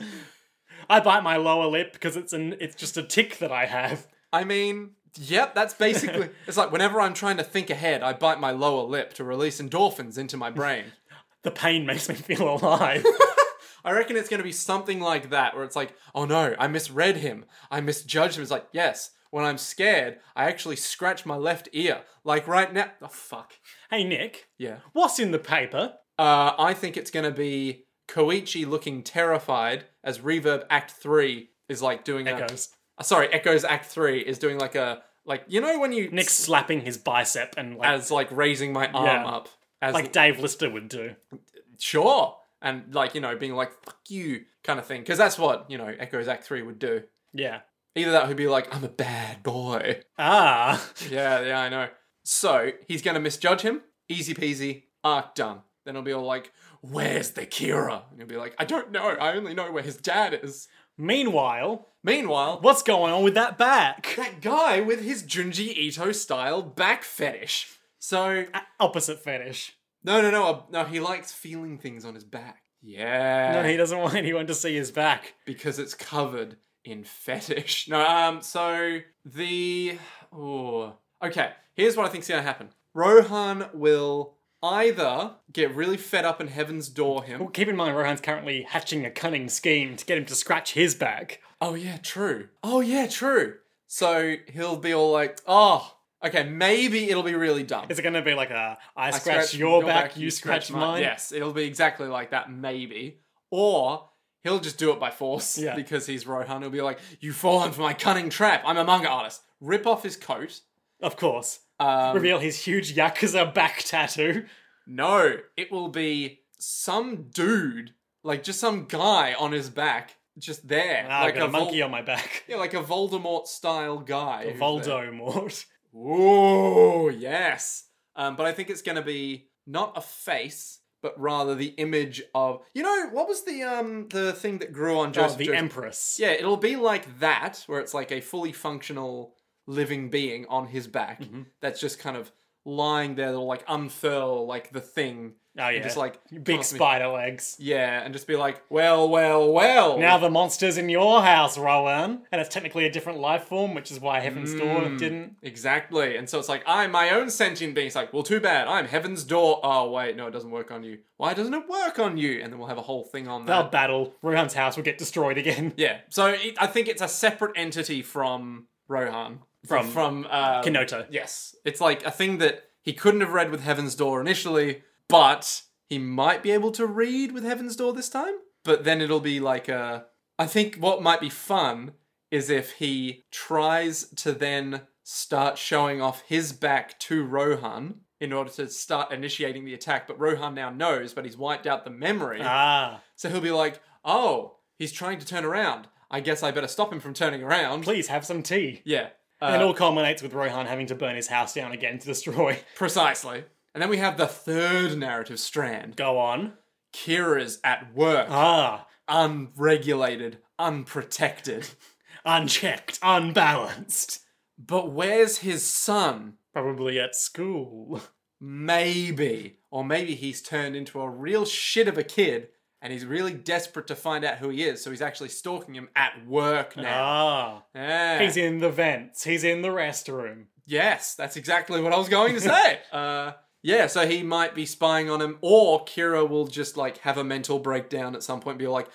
Speaker 1: I bite my lower lip because it's an it's just a tick that I have.
Speaker 2: I mean, yep, that's basically. it's like whenever I'm trying to think ahead, I bite my lower lip to release endorphins into my brain.
Speaker 1: The pain makes me feel alive.
Speaker 2: I reckon it's going to be something like that, where it's like, oh no, I misread him. I misjudged him. It's like, yes, when I'm scared, I actually scratch my left ear. Like right now. Oh, fuck.
Speaker 1: hey Nick,
Speaker 2: Yeah.
Speaker 1: what's in the paper?
Speaker 2: Uh, I think it's going to be Koichi looking terrified as Reverb Act 3 is like doing a-
Speaker 1: Goes
Speaker 2: Uh, sorry, Echoes Act 3 is doing like a. Like, you know when you.
Speaker 1: Nick slapping his bicep and like
Speaker 2: as like raising my arm
Speaker 1: Yeah.
Speaker 2: up as
Speaker 1: like Dave Lister would do.
Speaker 2: sure and like you know being like fuck you kind of thing because that's what you know echoes act 3 would do
Speaker 1: Yeah.
Speaker 2: either that would be like i'm a bad boy
Speaker 1: Ah.
Speaker 2: yeah yeah i know so he's gonna misjudge him easy peasy arc done then he'll be all like where's the kira and he'll be like i don't know i only know where his dad is
Speaker 1: Meanwhile,
Speaker 2: meanwhile
Speaker 1: what's going on with that back?
Speaker 2: that guy with his junji ito style back fetish so
Speaker 1: Opposite fetish.
Speaker 2: no no no uh, no he likes feeling things on his back yeah
Speaker 1: No, he doesn't want anyone to see his back.
Speaker 2: because it's covered in fetish. No, um, so the oh, okay. Here's what I think's gonna happen. Rohan will either get really fed up and heaven's door him.
Speaker 1: Well, keep in mind, Rohan's currently hatching a cunning scheme to get him to scratch his back.
Speaker 2: Oh yeah, true. Oh yeah, true. So he'll be all like, oh, okay, maybe it'll be really dumb.
Speaker 1: Is it going to be like a I,
Speaker 2: I
Speaker 1: scratch, your back, you scratch, mine?
Speaker 2: Yes, it'll be exactly like that, maybe. Or he'll just do it by force
Speaker 1: Yeah.
Speaker 2: because he's Rohan. He'll be like, "You've fallen for my cunning trap. I'm a manga artist." Rip off his coat.
Speaker 1: Of course.
Speaker 2: Um,
Speaker 1: Reveal his huge Yakuza back tattoo.
Speaker 2: no, it will be some dude, like just some guy on his back, just there,
Speaker 1: Ah,
Speaker 2: like
Speaker 1: I've got a
Speaker 2: Vol-
Speaker 1: monkey on my back.
Speaker 2: yeah, like a Voldemort style guy. who's there.
Speaker 1: Voldomort.
Speaker 2: Ooh, yes. Um, but I think it's going to be not a face, but rather the image of you know what was the um the thing that grew on
Speaker 1: Oh,
Speaker 2: Joseph.
Speaker 1: the
Speaker 2: Joestar-
Speaker 1: Empress.
Speaker 2: Yeah, it'll be like that, where it's like a fully functional living
Speaker 1: Mm-hmm.
Speaker 2: being on his back that's just kind of lying there. That'll like unfurl like the thing
Speaker 1: Oh yeah,
Speaker 2: just like
Speaker 1: big
Speaker 2: pass me-
Speaker 1: spider legs.
Speaker 2: Yeah, and just be like, well, well, well.
Speaker 1: Now the monster's in your house, Rowan, and it's technically a different life form, which is why
Speaker 2: Mm.
Speaker 1: Heaven's Door didn't.
Speaker 2: Exactly. And so it's like, I'm my own sentient being. It's like, well, too bad. I'm heaven's door. Oh, wait, no, it doesn't work on you. Why doesn't it work on you? And then we'll have a whole thing on that.
Speaker 1: They'll battle. Rowan's house will get destroyed again.
Speaker 2: yeah. So it, I think it's a separate entity from Rohan.
Speaker 1: From-
Speaker 2: from uh,
Speaker 1: Kenoto.
Speaker 2: Yes. It's like a thing that he couldn't have read with Heaven's Door initially, but he might be able to read with Heaven's Door this time. But then it'll be like a. I think what might be fun is if he tries to then start showing off his back to Rohan in order to start initiating the attack. But Rohan now knows, but he's wiped out the memory.
Speaker 1: Ah,
Speaker 2: So he'll be like, oh, he's trying to turn around. I guess I better stop him from turning around.
Speaker 1: please have some tea.
Speaker 2: Yeah.
Speaker 1: And
Speaker 2: Uh,
Speaker 1: it all culminates with Rohan having to burn his house down again to destroy.
Speaker 2: Precisely. And then we have the third narrative strand.
Speaker 1: Go on.
Speaker 2: Kira's at work,
Speaker 1: Ah,
Speaker 2: unregulated, unprotected.
Speaker 1: unchecked, unbalanced.
Speaker 2: But where's his son?
Speaker 1: Probably at school.
Speaker 2: Maybe. Or maybe he's turned into a real shit of a kid and he's really desperate to find out who he is, so he's actually stalking him at work now.
Speaker 1: Ah,
Speaker 2: Yeah.
Speaker 1: he's in the vents. He's in the restroom.
Speaker 2: Yes, that's exactly what I was going to say. uh, yeah, so he might be spying on him, or Kira will just like have a mental breakdown at some point, and be like,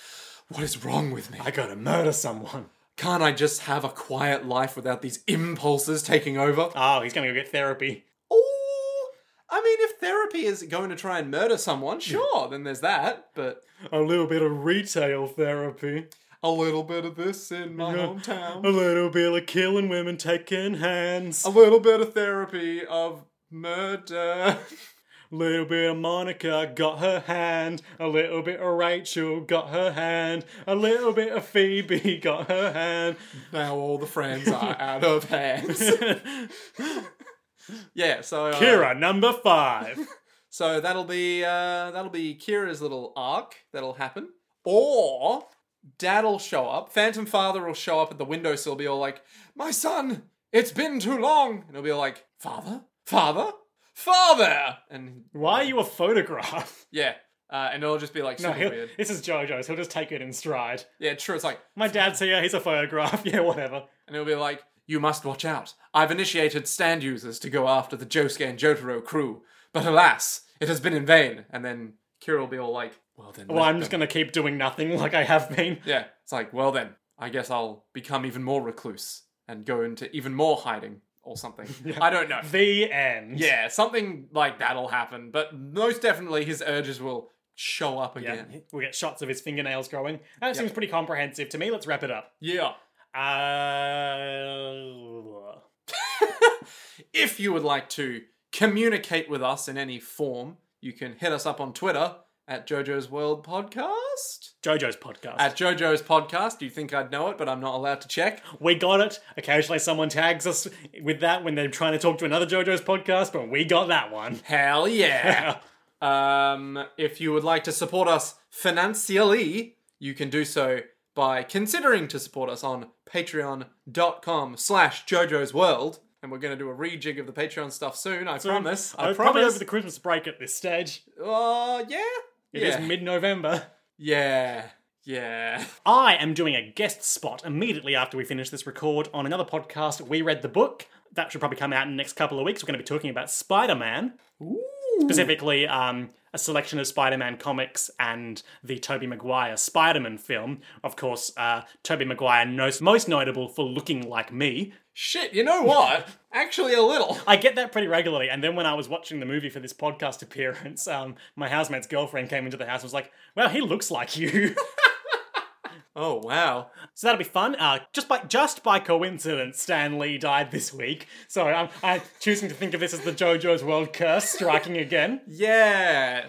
Speaker 2: "What is wrong with me?
Speaker 1: I gotta murder someone.
Speaker 2: Can't I just have a quiet life without these impulses taking over?"
Speaker 1: Oh, he's gonna go get therapy.
Speaker 2: Oh, I mean, if therapy is going to try and murder someone, sure, then there's that. But
Speaker 1: A little bit of retail therapy.
Speaker 2: a little bit of this in my
Speaker 1: A
Speaker 2: hometown,
Speaker 1: little bit of killing women taking hands.
Speaker 2: a little bit of therapy of murder.
Speaker 1: little bit of Monica got her hand. A little bit of Rachel got her hand. A little bit of Phoebe got her hand.
Speaker 2: Now all the friends are out of hands. Yeah, so uh,
Speaker 1: Kira, number five.
Speaker 2: So that'll be uh, that'll be Kira's little arc that'll happen. Or Dad'll show up. Phantom Father will show up at the windowsill, be all like, "My son, it's been too long," and he'll be like, "Father, father, father," and
Speaker 1: Why are you a photograph?
Speaker 2: yeah, uh, and it'll just be like
Speaker 1: No,
Speaker 2: super
Speaker 1: he'll,
Speaker 2: weird.
Speaker 1: this is JoJo's. He'll just take it in stride.
Speaker 2: Yeah, true. It's like,
Speaker 1: My dad's here. He's a photograph. Yeah, whatever.
Speaker 2: and it'll be like, "You must watch out. I've initiated stand users to go after the Josuke and Jotaro crew, but alas, it has been in vain." And then Kira will be all like, "Well then,
Speaker 1: Well,
Speaker 2: let
Speaker 1: I'm
Speaker 2: them
Speaker 1: just gonna keep doing nothing like I have been.
Speaker 2: Yeah, it's like, well then, I guess I'll become even more recluse and go into even more hiding or something. I don't know.
Speaker 1: The end.
Speaker 2: Yeah, something like that'll happen, but most definitely his urges will show up again.
Speaker 1: We get shots of his fingernails growing. That seems pretty comprehensive to me. Let's wrap it up.
Speaker 2: Yeah.
Speaker 1: Uh,
Speaker 2: If you would like to communicate with us in any form, you can hit us up on Twitter at JoJo's World Podcast.
Speaker 1: JoJo's podcast.
Speaker 2: At JoJo's Podcast, you think I'd know it, but I'm not allowed to check.
Speaker 1: we got it. Occasionally, someone tags us with that when they're trying to talk to another JoJo's podcast, but we got that one.
Speaker 2: Hell yeah! Um, if you would like to support us financially, you can do so by considering to support us on patreon.com slash jojo's world. And we're going to do a rejig of the Patreon stuff soon, I promise. I
Speaker 1: Uh, Probably over
Speaker 2: promise.
Speaker 1: the Christmas break at this stage.
Speaker 2: Oh, yeah?
Speaker 1: It is
Speaker 2: yeah.
Speaker 1: mid-November.
Speaker 2: yeah. Yeah.
Speaker 1: I am doing a guest spot immediately after we finish this record on another podcast. We read the book. That should probably come out in the next couple of weeks. We're going to be talking about Spider Man, specifically um, a selection of Spider Man comics and the Tobey Maguire Spider Man film. Of course, uh, Tobey Maguire knows, most notable for looking like me.
Speaker 2: Shit, you know what? Actually, a little.
Speaker 1: I get that pretty regularly. And then when I was watching the movie for this podcast appearance, um, my housemate's girlfriend came into the house and was like, Well, he looks like you.
Speaker 2: Oh, wow.
Speaker 1: So that'll be fun. Uh, just by just by coincidence, Stan Lee died this week. So I'm, I'm choosing to think of this as the JoJo's World Curse striking again.
Speaker 2: Yeah.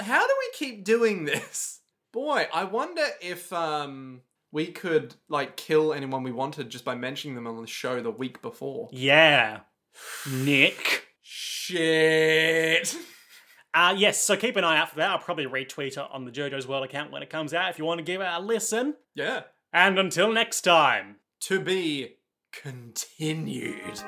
Speaker 2: How do we keep doing this? Boy, I wonder if um we could like kill anyone we wanted just by mentioning them on the show the week before.
Speaker 1: Yeah, Nick.
Speaker 2: Shit.
Speaker 1: Uh, yes, so keep an eye out for that. I'll probably retweet it on the JoJo's World account when it comes out if you want to give it a listen.
Speaker 2: Yeah.
Speaker 1: And until next time.
Speaker 2: To be continued.